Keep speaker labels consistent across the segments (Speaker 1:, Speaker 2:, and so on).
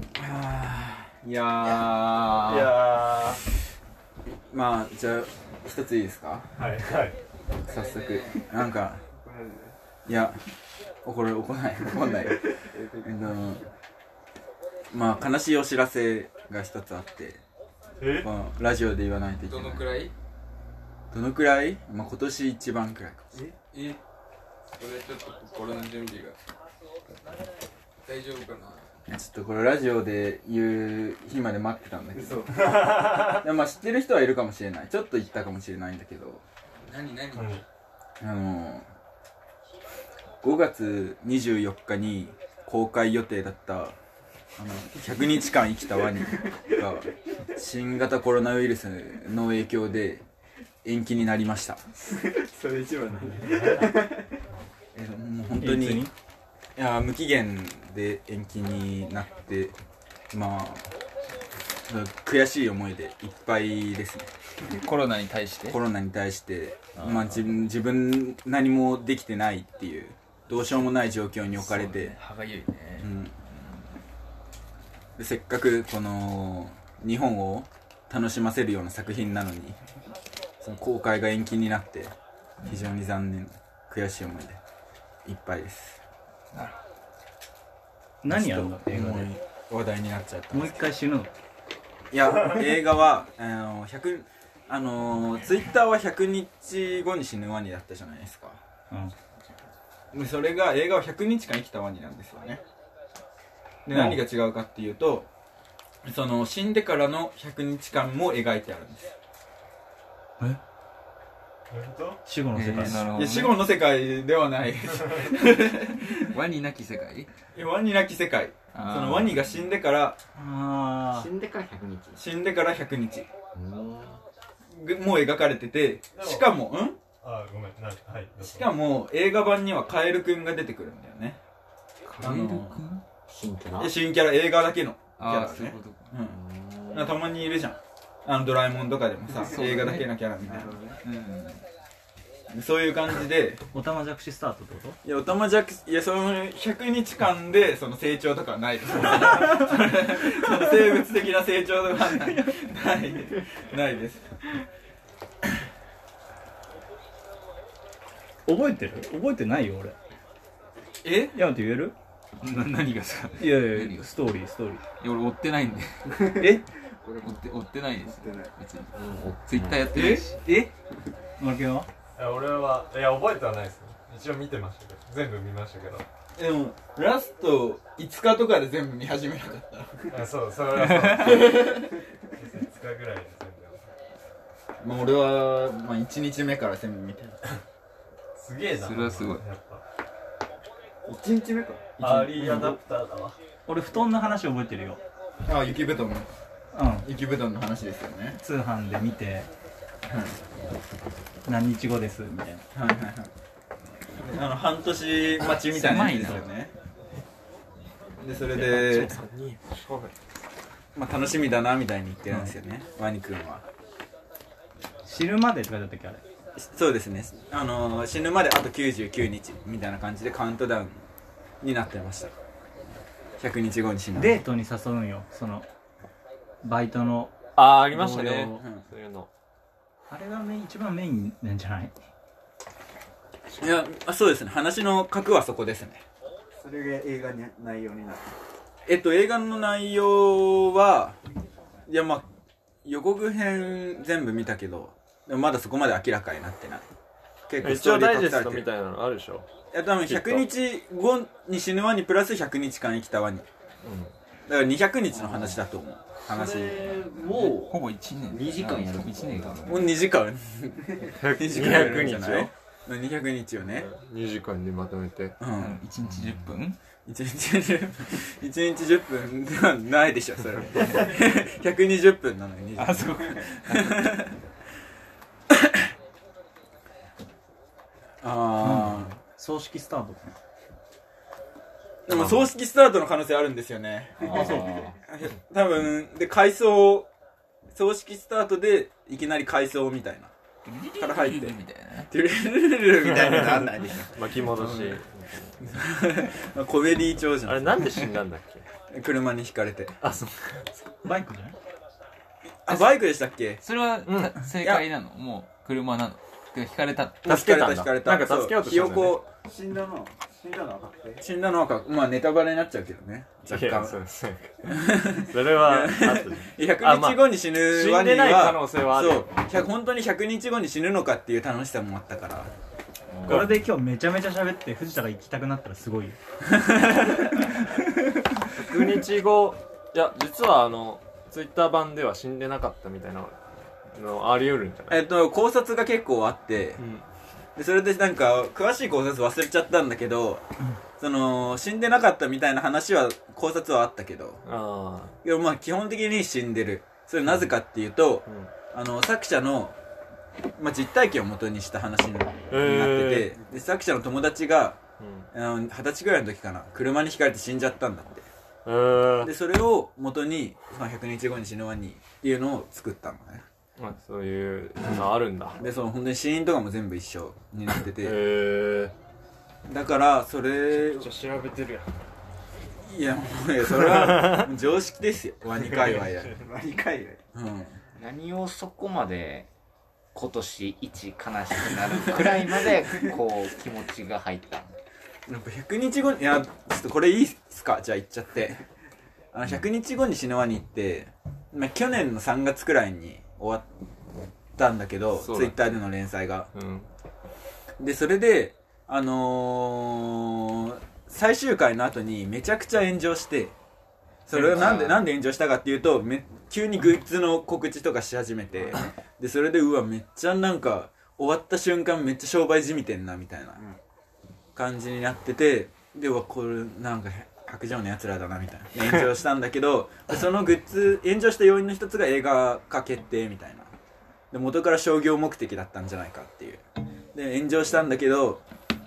Speaker 1: いやー
Speaker 2: いや
Speaker 1: まあじゃあ一ついいですか
Speaker 2: ーはいはい
Speaker 1: 早速なんかいやこれ怒らない怒んないえっとまあ悲しいお知らせが一つあって、
Speaker 2: え
Speaker 1: まあ、ラジオで言わないといけ
Speaker 3: ど
Speaker 1: ない
Speaker 3: のくらい
Speaker 1: どのくらい、まあ、今年一番くらいか
Speaker 3: えそれちょっと心の準備が大丈夫かな
Speaker 1: ちょっとこれラジオで言う日まで待ってたんだけど
Speaker 2: 嘘
Speaker 1: でもまあ知ってる人はいるかもしれないちょっと言ったかもしれないんだけど
Speaker 3: 何何
Speaker 2: 何
Speaker 1: あの5月24日に公開予定だったあの100日間生きたワニが新型コロナウイルスの影響で延期になりました
Speaker 4: それ一番だ
Speaker 1: えもう本当にいや無期限で延期になってまあ悔しい思いでいっぱいですね
Speaker 3: コロナに対して
Speaker 1: コロナに対してまあ、自分自分何もできてないっていうどうしようもない状況に置かれて、
Speaker 3: 歯がゆいね
Speaker 1: うんでせっかくこの日本を楽しませるような作品なのにその公開が延期になって非常に残念悔しい思いでいっぱいです
Speaker 4: 何やるの映画
Speaker 1: も
Speaker 4: で
Speaker 1: う話題になっちゃった
Speaker 4: もう一回死ぬの
Speaker 1: いや映画はあの100あのツイッターは100日後に死ぬワニだったじゃないですか
Speaker 4: うん
Speaker 1: でそれが映画は100日間生きたワニなんですよねで
Speaker 4: うん
Speaker 1: 何が違うかっていうとその死んでからの100日間も描いてあるんです
Speaker 4: 死後の世界
Speaker 3: なるほど
Speaker 1: い
Speaker 3: ね
Speaker 1: や死後の世界ではない
Speaker 3: ワニなき世界
Speaker 1: ワニなき世界そ
Speaker 3: あー
Speaker 1: のワニが死んでから
Speaker 4: あ
Speaker 5: 死んでから100日
Speaker 1: 死んでから100日
Speaker 5: うん
Speaker 1: ぐもう描かれててしかもう
Speaker 2: あごめんなんはい
Speaker 1: んしかも映画版にはカエルくんが出てくるんだよね
Speaker 5: カエルくん
Speaker 1: ん
Speaker 5: 新キャラ
Speaker 1: 新キャラ映画だけのキャラ
Speaker 3: あ
Speaker 1: だ
Speaker 3: ーそうい
Speaker 1: ね
Speaker 3: うことか
Speaker 1: うん
Speaker 5: うん
Speaker 1: なんかたまにいるじゃんあのドラえもんとかでもさ、
Speaker 3: そうだね
Speaker 1: 映画だけのキャラみたいな
Speaker 3: うん
Speaker 1: そういう感じで
Speaker 4: ーおたまじゃくしスタートってこ
Speaker 1: いやおたまじゃくいやその100日間でその成長とかはないですその生物的な成長とかはないないないです
Speaker 4: と覚えてる覚えてないよ俺
Speaker 1: え
Speaker 4: ヤマト言える
Speaker 3: な何がさ
Speaker 4: いやい
Speaker 3: 何
Speaker 4: や
Speaker 3: が
Speaker 4: ストーリーストーリ
Speaker 3: いや俺追ってないんで
Speaker 4: ーえ
Speaker 3: 追って追ってないです別に
Speaker 5: うん
Speaker 3: ツイッターやってな
Speaker 1: え
Speaker 3: いし
Speaker 1: え
Speaker 4: マルケンは
Speaker 2: 俺はいや覚えてはないですよ一応見てましたけど全部見ましたけど
Speaker 1: でもラスト5日とかで全部見始めなかった
Speaker 2: あそうそれはそう5日ぐらいで全部
Speaker 1: まあ俺は、まあ、1日目から全部見てる
Speaker 2: すげえな
Speaker 3: それはすごい
Speaker 2: やっぱ
Speaker 5: 1日目か
Speaker 2: アーリーアダプターだわ
Speaker 4: 俺布団の話覚えてるよ
Speaker 1: ああ雪布団の
Speaker 4: うん
Speaker 1: 雪布団の話ですよね
Speaker 4: 通販で見て何日後ですみたいな
Speaker 1: はいはいはいあの半年待ちみたいなやつですよねでそれでまあ楽しみだなみたいに言ってるんですよね、ワニくんは
Speaker 4: 死ぬまでって書いてあったっけあれ
Speaker 1: そうですねあのー死ぬまであと99日みたいな感じでカウントダウンになってました100日後に死ぬ
Speaker 4: デートに誘うんよそのバイトの
Speaker 5: ああありましたね
Speaker 1: うん
Speaker 5: そういうの
Speaker 4: あれがメイン一番メインなんじゃない
Speaker 1: いやあそうですね話の核はそこですね
Speaker 6: それが映画に内容になる
Speaker 1: えっと、映画の内容は、いや、まあ、予告編全部見たけど、でもまだそこまで明らかになってない。結
Speaker 5: 一応ダイジ
Speaker 1: 隠
Speaker 5: ェ
Speaker 1: さ
Speaker 5: ス
Speaker 1: れ
Speaker 5: ト
Speaker 1: て
Speaker 5: み
Speaker 1: る。
Speaker 5: たいなのあるでしょ
Speaker 1: いや、多分100日後に死ぬワニプラス100日間生きたワニ。だから200日の話だと思う。話。
Speaker 5: も
Speaker 3: ほぼ1年
Speaker 5: 二時間やる
Speaker 3: 1年か
Speaker 1: もう2時間 ?2 時間やるんじゃない
Speaker 5: 200
Speaker 1: ?200 日をね。
Speaker 5: 2時間にまとめて
Speaker 1: うん。
Speaker 3: 1日10分
Speaker 1: 1日10分、1日10分ではないでしょ、それ。120分なのに。
Speaker 3: あそうか
Speaker 1: あ
Speaker 4: 葬式スタート
Speaker 1: ーでも葬式スタートの可能性あるんですよね
Speaker 4: あそう
Speaker 1: 多分で階層葬式スタートでいきなり階層みたいなから入って
Speaker 3: みたいな
Speaker 1: トゥルルルルみたいになんないでし
Speaker 5: 巻き戻し
Speaker 1: ょ小ベリー長じ
Speaker 5: あ
Speaker 1: ゃ
Speaker 5: れ
Speaker 1: ん
Speaker 5: なんで死んだんだっけ
Speaker 1: 車にひかれて
Speaker 7: あそう
Speaker 4: バイクじゃない
Speaker 1: あバイクでしたっけ
Speaker 7: それは、た正解なのもう車なの引かれたの
Speaker 1: 助
Speaker 5: 助
Speaker 1: け
Speaker 5: け
Speaker 1: た
Speaker 5: たんだ
Speaker 1: 引かれた
Speaker 5: なんか助けようとしたんだよ
Speaker 1: ひ
Speaker 5: ね
Speaker 1: よこ
Speaker 6: 死んだの死んだのは確定
Speaker 1: 死んだのはかまあネタバレになっちゃうけどね若
Speaker 5: いやそう
Speaker 1: 干
Speaker 5: ですねそれはあったじゃんあ
Speaker 1: 100
Speaker 5: まあ
Speaker 1: 日後に死ぬ
Speaker 5: 死んでない可能性はある
Speaker 1: そう100本当に100日後に死ぬのかっていう楽しさもあったから
Speaker 4: これで今日めちゃめちゃ喋って藤田が行きたくなったらすごいよ
Speaker 5: 100日後いや実はあのツイッター版では死んでなかったみたいなのあり得るんじゃない、
Speaker 1: えっと考察が結構あって
Speaker 5: うん、
Speaker 1: でそれでなんか詳しい考察忘れちゃったんだけどその死んでなかったみたいな話は考察はあったけど
Speaker 5: あ
Speaker 1: いやまあ基本的に死んでるそれなぜかっていうと
Speaker 5: あうん
Speaker 1: あの作者の、まあ、実体験を元にした話になってて、
Speaker 5: え
Speaker 1: で作者の友達が
Speaker 5: うん
Speaker 1: あの二十歳ぐらいの時かな車にひかれて死んじゃったんだって
Speaker 5: えー
Speaker 1: でそれを元に、まあ、100日後に死ぬワニっていうのを作ったのね
Speaker 5: まあ、そういうのあるんだ
Speaker 1: でその本当に死因とかも全部一緒になって
Speaker 5: へ
Speaker 1: て
Speaker 5: え
Speaker 1: だからそれ
Speaker 5: じゃあ調べてるやん
Speaker 1: いやもういやそれは常識ですよワニ界隈や、
Speaker 6: 2回
Speaker 1: うん、
Speaker 8: 何をそこまで今年一悲しくなるくらいまでこう気持ちが入ったの
Speaker 1: やっぱ100日後にいやちょっとこれいいっすかじゃあ言っちゃってあの100日後に死ぬワニって、まあ、去年の3月くらいに終わったんだけどツ
Speaker 5: そう
Speaker 1: イ
Speaker 5: だね
Speaker 1: ッターでの連載が
Speaker 5: うん
Speaker 1: でそれであのー、最終回の後にめちゃくちゃ炎上してそれをなんで
Speaker 8: うん
Speaker 1: なんで炎上したかっていうとめ急にグッズの告知とかし始めてでそれでうわめっちゃなんか終わった瞬間めっちゃ商売じみてんなみたいな感じになっててでうわこれなんか白状のやつらだなみたいな炎上したんだけど そのグッズ炎上した要因の一つが映画化決定みたいなで元から商業目的だったんじゃないかっていうで炎上したんだけど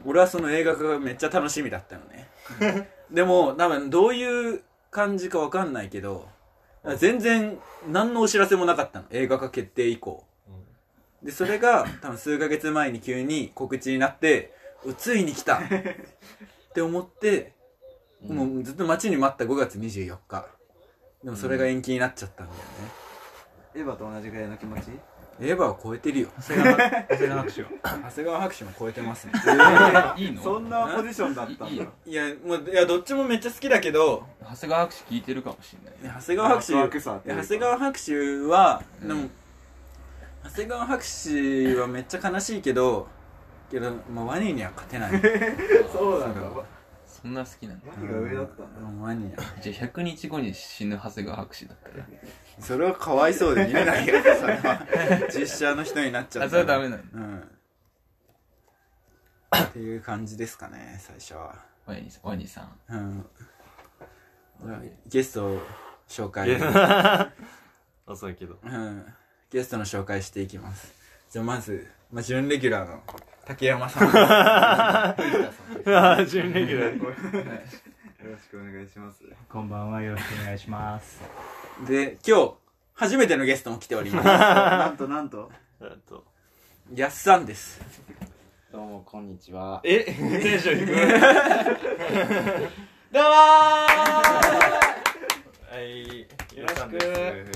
Speaker 1: 俺はその映画化がめっちゃ楽しみだったのね でも多分どういう感じかわかんないけど全然何のお知らせもなかったの映画化決定以降でそれが多分数ヶ月前に急に告知になっておついに来たって思って、もうずっと待ちに待った5月24日でもそれが延期になっちゃったんだよね、
Speaker 6: エヴァと同じぐらいの気持ち
Speaker 1: エヴァを超えてるよ
Speaker 4: 長谷川長谷川拍手は
Speaker 1: 長谷川博士も 超えてますね
Speaker 7: いいの
Speaker 6: そんなポジションだった
Speaker 7: いい
Speaker 6: ん
Speaker 7: い
Speaker 6: だ
Speaker 7: よ
Speaker 1: いやもういやどっちもめっちゃ好きだけど
Speaker 7: 長谷川博士聞いてるかもしれない
Speaker 1: いや長谷川博士
Speaker 6: ワクワクさっていうか
Speaker 1: 長谷川博士は、
Speaker 7: うん
Speaker 1: でも長谷川博士はめっちゃ悲しいけどけど、まあ、ワニには勝て ない
Speaker 6: そうなんだワ
Speaker 7: そんな好きなんだ
Speaker 6: ニが上だったんだ
Speaker 1: うんワニは
Speaker 7: じゃあ100日後に死ぬ長谷川博士だったら
Speaker 1: それはかわいそうで見れないよそれ は実写の人になっちゃった
Speaker 7: あそれはダメなの
Speaker 1: うんっていう感じですかね最初は
Speaker 7: ワニさんワニさん
Speaker 1: うんゲストを紹介
Speaker 5: 遅いけど
Speaker 1: うんゲストの紹介していきますじゃあまず、まあ、準レギュラーの竹山 さん
Speaker 5: ああ準レギュラー
Speaker 6: よろしくお願いします
Speaker 4: こんばんはよろしくお願いします
Speaker 1: で今日初めてのゲストも来ております
Speaker 6: なんとなんと
Speaker 5: えっと
Speaker 1: やっさんです
Speaker 8: どうもこんにちは
Speaker 5: えテンション低い
Speaker 8: どうも
Speaker 5: はいよ
Speaker 8: ろしく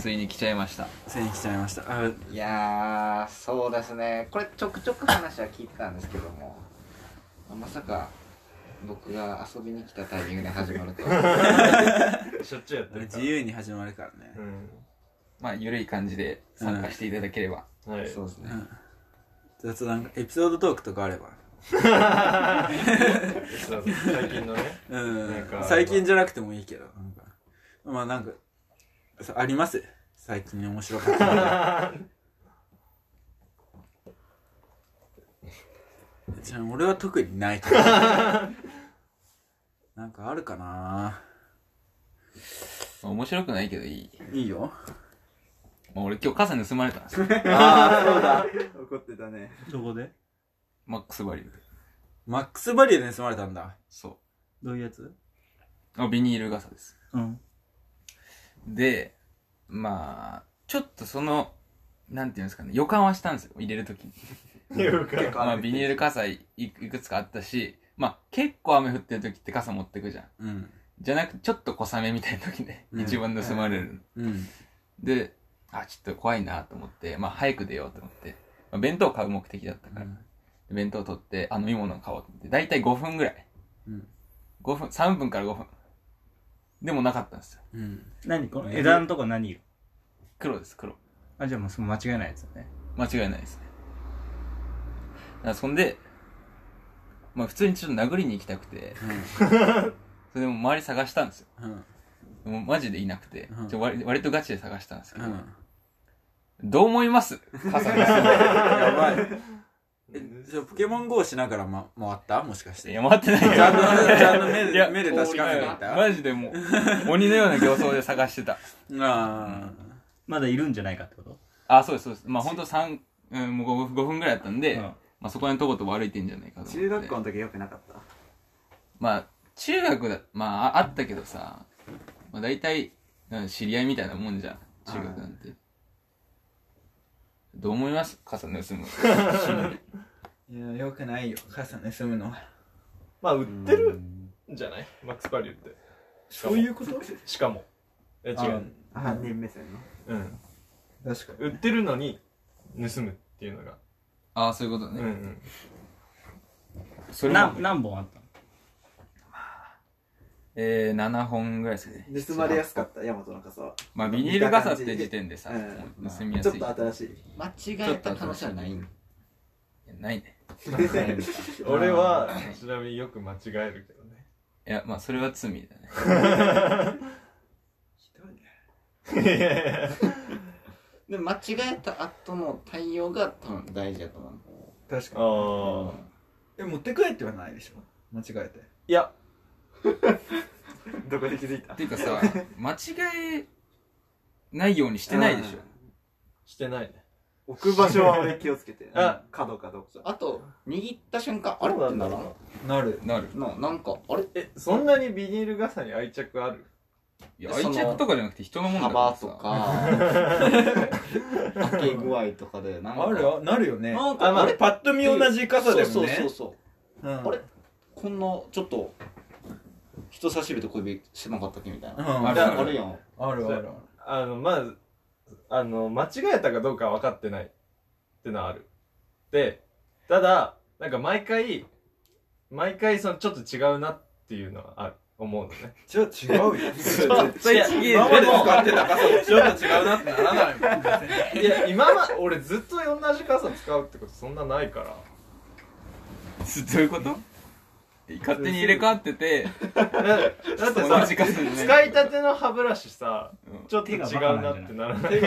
Speaker 7: ついに来ちゃいました
Speaker 1: ついに来ちゃいましたあ
Speaker 8: いやーそうですねこれちょくちょく話は聞いてたんですけどもまさか僕が遊びに来たタイミングで始まると は
Speaker 5: しょっちゅうやってる
Speaker 1: 自由に始まるからね
Speaker 7: まあゆるい感じで参加していただければ、
Speaker 5: うんはい
Speaker 8: そうですね
Speaker 1: 雑談エピソードトークとかあれば
Speaker 5: そうそう最近のね
Speaker 1: うん
Speaker 5: なんか
Speaker 1: 最近じゃなくてもいいけどなんかまあなんかさあります最近面白かったことじゃあ俺は特にないけどなんかあるかな
Speaker 7: まあ面白くないけどいい、
Speaker 1: いいよ
Speaker 7: まあ、俺今日傘盗まれたん ですよ
Speaker 6: 怒ってたね
Speaker 4: どこで
Speaker 7: マックスバリュー
Speaker 1: マックスバリューで盗まれたんだ
Speaker 7: そ
Speaker 4: どういうやつ
Speaker 7: うあビニール傘です
Speaker 4: うん
Speaker 7: でまあちょっとそのなんていうんですかね予感はしたんですよ入れる時に
Speaker 5: っていうか
Speaker 7: まあ、ビニール傘いいくつかあったし、まあ、結構雨降ってる時って傘持ってくじゃん。
Speaker 1: うん。
Speaker 7: じゃなくちょっと小雨みたいな時ね、
Speaker 1: うん
Speaker 7: 一番盗まれるの。
Speaker 1: うん。
Speaker 7: で、あ、ちょっと怖いなと思って、まあ、早く出ようと思って、まあ、弁当買う目的だったから、弁当取って、あ、飲み物買おうと思って、だいたい5分ぐらい。
Speaker 1: うん
Speaker 7: 5分、3分から5分。でもなかったんですよ。
Speaker 1: うん。
Speaker 4: 何この枝のとこ何色
Speaker 7: 黒です、黒。
Speaker 4: あ、じゃあもうその間違いないやつだね。
Speaker 7: 間違いないですね。だからそんで、まあ普通にちょっと殴りに行きたくて、それでも周り探したんですよ。
Speaker 1: うん。
Speaker 7: もうマジでいなくて、
Speaker 1: うん
Speaker 7: ちょ割割とガチで探したんですけ
Speaker 1: う
Speaker 7: ど、
Speaker 1: ん。
Speaker 7: どう思います傘が。
Speaker 1: やばい。え、じゃあポケモン GO しながらま、回ったもしかし
Speaker 7: い
Speaker 1: て。
Speaker 7: や、待ってない
Speaker 1: ちゃん
Speaker 7: よ。
Speaker 1: と、ちゃんと目
Speaker 7: い
Speaker 1: で、
Speaker 7: や
Speaker 1: 目で確かめていた。あ
Speaker 7: マジでも う、鬼のような形相で探してた。
Speaker 1: あ
Speaker 4: まだいるんじゃないかってこと
Speaker 7: あ、そうです、そうです。まあ本当三うん、もう 5, 分ぐらいだったんで、
Speaker 4: うん
Speaker 7: まあそこら辺とことこ歩いてんじゃないかと思って。
Speaker 6: 中学校の時よくなかった
Speaker 7: まあ、中学だ、まあ、ああったけどさ、まあ、大体、うん知り合いみたいなもんじゃん、中学なんて。どう思います傘盗む。
Speaker 1: ー。いや、よくないよ。傘盗むのは。
Speaker 5: まあ売ってるんじゃないマックスバリューってそういうことしかもえ違う
Speaker 6: 犯人目線の
Speaker 5: うん
Speaker 1: 確かに。
Speaker 5: 売ってるのに盗むっていうのが
Speaker 7: ああ、そういうこと
Speaker 5: うん
Speaker 7: ね。
Speaker 5: うん
Speaker 7: それ
Speaker 4: な
Speaker 7: も、
Speaker 4: 何本あったの
Speaker 7: えー、7本ぐらいですかね。
Speaker 6: 盗まれやすかったヤマトの傘は
Speaker 7: まあ、ビニール傘って時点でさ、
Speaker 6: うん
Speaker 7: もう盗みや
Speaker 6: ち
Speaker 7: す
Speaker 6: ょっ
Speaker 7: い。
Speaker 6: と新しい
Speaker 8: 間違えた可能性はないん
Speaker 7: いやないね。
Speaker 5: 俺はちなみによく間違えるけどね
Speaker 7: いや、まあ、それは罪だね。
Speaker 8: で間違えた後の対応が多分大事だと思う
Speaker 6: 確
Speaker 5: あ
Speaker 6: か
Speaker 5: あ
Speaker 6: え持って帰ってはないでしょ間違えて
Speaker 5: いや
Speaker 6: どこで気づいた
Speaker 7: っていうかさ、間違えないようにしてないでしょ。
Speaker 5: してないね
Speaker 6: 置く場所は俺気をつけて
Speaker 5: あ
Speaker 6: 角かどうか
Speaker 8: あと握った瞬間あれってならん
Speaker 6: なる
Speaker 7: なる。
Speaker 8: ななんかあれ
Speaker 5: えそんなにビニール傘に愛着ある
Speaker 7: いや、
Speaker 8: そ
Speaker 7: 愛
Speaker 8: の
Speaker 7: 着とかじゃなくて人のもんだから
Speaker 8: 幅
Speaker 7: さ
Speaker 8: と か開け具合とかでなんか
Speaker 1: あ、なるよね
Speaker 8: なんかあれ
Speaker 1: パッと見同じ傘で
Speaker 8: そ
Speaker 1: も
Speaker 8: うそうそう
Speaker 1: ね。
Speaker 8: そう
Speaker 1: うん
Speaker 8: あれこんなちょっと人差し指と小指してなかったっけみたいな、
Speaker 1: うん
Speaker 7: あ
Speaker 8: あ
Speaker 7: る
Speaker 8: れ
Speaker 7: ある
Speaker 8: あるやん
Speaker 1: あるある
Speaker 5: あのまずあの間違えたかどうか分かってないってのはあるでただなんか毎回毎回そのちょっと違うなっていうのはある思う のね
Speaker 1: じゃあ違うよ。
Speaker 7: それ違え
Speaker 1: 今まで使ってた傘もちょっと違うなってなら ないもん。
Speaker 5: いや今ま俺ずっと同じ傘使うってことそんなないから
Speaker 7: どういうこと勝手に入れ替わってて、
Speaker 5: だだって
Speaker 7: 同
Speaker 5: さ
Speaker 7: じ傘でね。
Speaker 5: 使いたての歯ブラシさ、
Speaker 7: うん
Speaker 5: ちょっと違うなってならない
Speaker 1: 手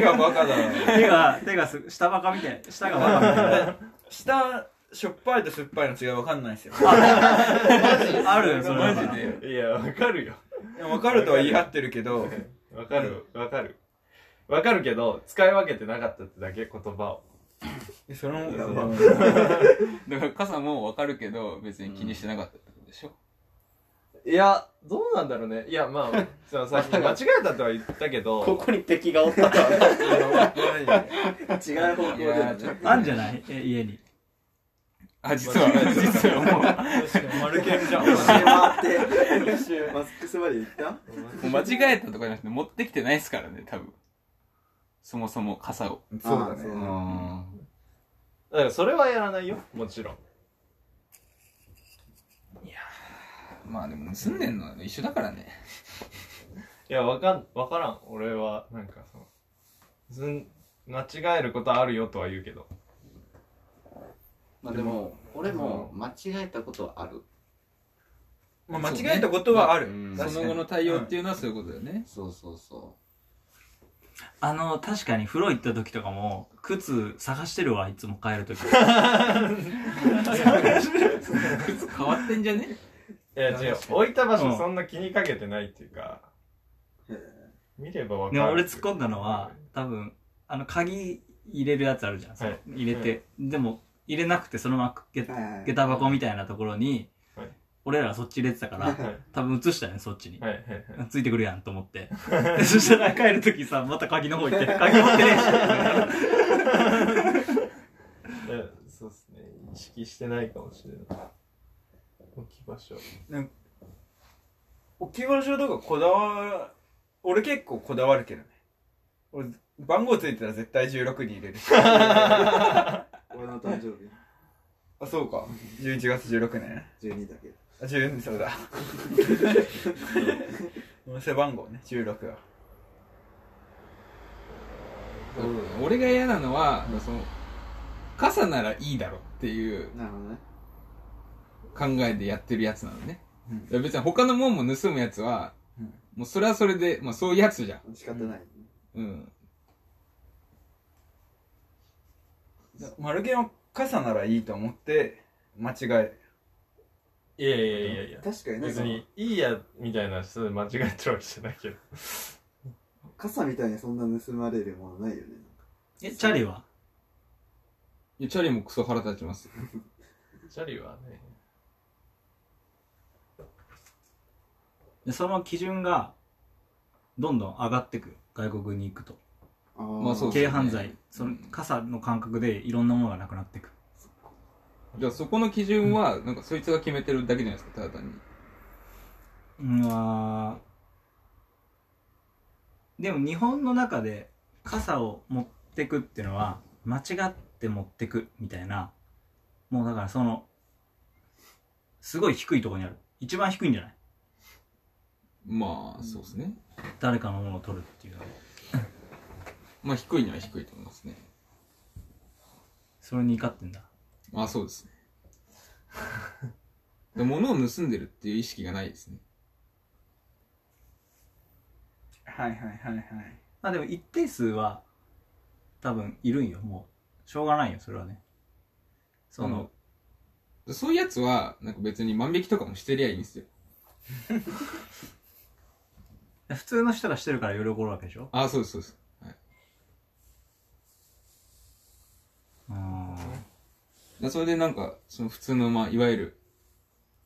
Speaker 1: がバカだな。
Speaker 4: 手が、手がす下バカみたい。下がバカみたいな。
Speaker 1: 下、しょっぱいと酸っぱいの違いわかんないんですよ。
Speaker 4: あるよ、それは
Speaker 7: マジで。
Speaker 5: いやわかるよ
Speaker 1: わかるとは言い張ってる けど、
Speaker 5: わかるわかるわかるけど使い分けてなかったってだけ言葉を
Speaker 1: その、
Speaker 7: だから傘もわかるけど、別に気にしてなかったってことでしょ。
Speaker 5: いや、どうなんだろうね。いや、ま あ、そのさっき間違えたとは言ったけ
Speaker 8: こ
Speaker 5: ど、
Speaker 8: こに敵がおったとはな
Speaker 6: 違う方向
Speaker 7: い
Speaker 6: で
Speaker 7: やー、ちょっと。
Speaker 4: あんじゃないえ、家に。
Speaker 7: あ、実は、実は
Speaker 1: 丸けんじゃん。
Speaker 6: マスクスバリュー行っ
Speaker 7: もう、もう間違えたとかじゃなくて、持ってきてないですからね、多分。そもそも傘を。
Speaker 6: た
Speaker 3: そうだね
Speaker 6: ね
Speaker 5: だからそれはやらないよ、もちろん。
Speaker 7: まあでも、盗んでんのは一緒だからね。
Speaker 5: いや、わかん、わからん。俺は、なんかその、ずん、間違えることあるよとは言うけど。
Speaker 8: まあでも俺も間違えたことはある
Speaker 1: まあ間違えたことはある。
Speaker 8: うん
Speaker 7: そ
Speaker 1: 確か
Speaker 7: の
Speaker 1: に
Speaker 7: 後の対応っていうのはそういうことだよね。
Speaker 8: そうそうそ
Speaker 4: あの、確かに風呂行った時とかも、靴探してるわ、いつも帰る時。
Speaker 7: 変わってんじゃね
Speaker 5: いや、違う。置いた場
Speaker 4: う
Speaker 5: 所
Speaker 4: ん
Speaker 5: そんな気にかけてないっていうか、見ればわか
Speaker 4: で
Speaker 5: る。
Speaker 4: も俺突っ込んだのは、多分、あの、鍵入れるやつあるじゃん。その
Speaker 5: はい
Speaker 4: 入れて。でも、入れなくてそのままげ
Speaker 6: はいはい
Speaker 4: 下駄箱みたいなところに
Speaker 5: はい、
Speaker 4: 俺らがそっち入れてたから
Speaker 5: はい、
Speaker 4: 多分移したよね、そっちに。
Speaker 5: はいはいはい。
Speaker 4: ついてくるやんと思 って。でそしたら帰るときさ、また鍵の方行って、鍵持ってね
Speaker 5: い
Speaker 4: えし。
Speaker 5: やそうっすね。意識してないかもしれない。置き場所。
Speaker 9: 置き場所とかこだわ俺結構こだわるけどね俺番号ついてたら絶対16に入れるし
Speaker 6: 俺の誕生
Speaker 9: あそうか11月16年
Speaker 6: 日12だけど
Speaker 9: あ12そう だ 俺背番号ね16は
Speaker 7: 俺が嫌なのは、その、傘ならいいだろっていう
Speaker 6: なるほどね
Speaker 7: 考えでやってるやつなのね。いや別に他のもんも盗むやつは、もうそれはそれで、まあそういうやつじゃん。
Speaker 6: 仕方ない、
Speaker 7: うん。
Speaker 9: 丸源は傘ならいいと思って間違え
Speaker 5: いやいやいやいや。
Speaker 6: 確かにね
Speaker 5: 別
Speaker 6: その
Speaker 5: に、いいや、みたいな人で間違えてるわけじゃないけど。
Speaker 6: 傘みたいにそんな盗まれるものないよね
Speaker 4: え、チャリはい
Speaker 7: やチャリもクソ腹立ちます。
Speaker 5: チャリはね。
Speaker 4: でその基準が、どんどん上がってく。外国に行くと。
Speaker 6: ああ
Speaker 7: まあそうですね
Speaker 4: 軽犯罪。その傘の感覚でいろんなものがなくなってく。
Speaker 7: じゃあそこの基準は、なんかそいつが決めてるだけじゃないですか、ただ単に。
Speaker 4: うん、あーでも日本の中で傘を持ってくっていうのは、間違って持ってくみたいな、もうだからその、すごい低いところにある。一番低いんじゃない
Speaker 7: まあ、そうですね。
Speaker 4: 誰かのものを取るっていうのは。
Speaker 7: まあ低いには低いと思いますね。
Speaker 4: それに怒ってんだ。
Speaker 7: まあそうですね。で物を盗んでるっていう意識がないですね。
Speaker 9: はいはいはいはい
Speaker 4: まあでも一定数は多分いるんよもうしょうがないよそれはねその、
Speaker 7: でそういうやつは、なんか別に万引きとかもしてりゃいいんですよ。
Speaker 4: 普通の人がしてるから喜ぶわけでしょ
Speaker 7: ああ、そうです、そうです。はい、
Speaker 4: うん
Speaker 7: でそれでなんか、その普通の、まあ、いわゆる、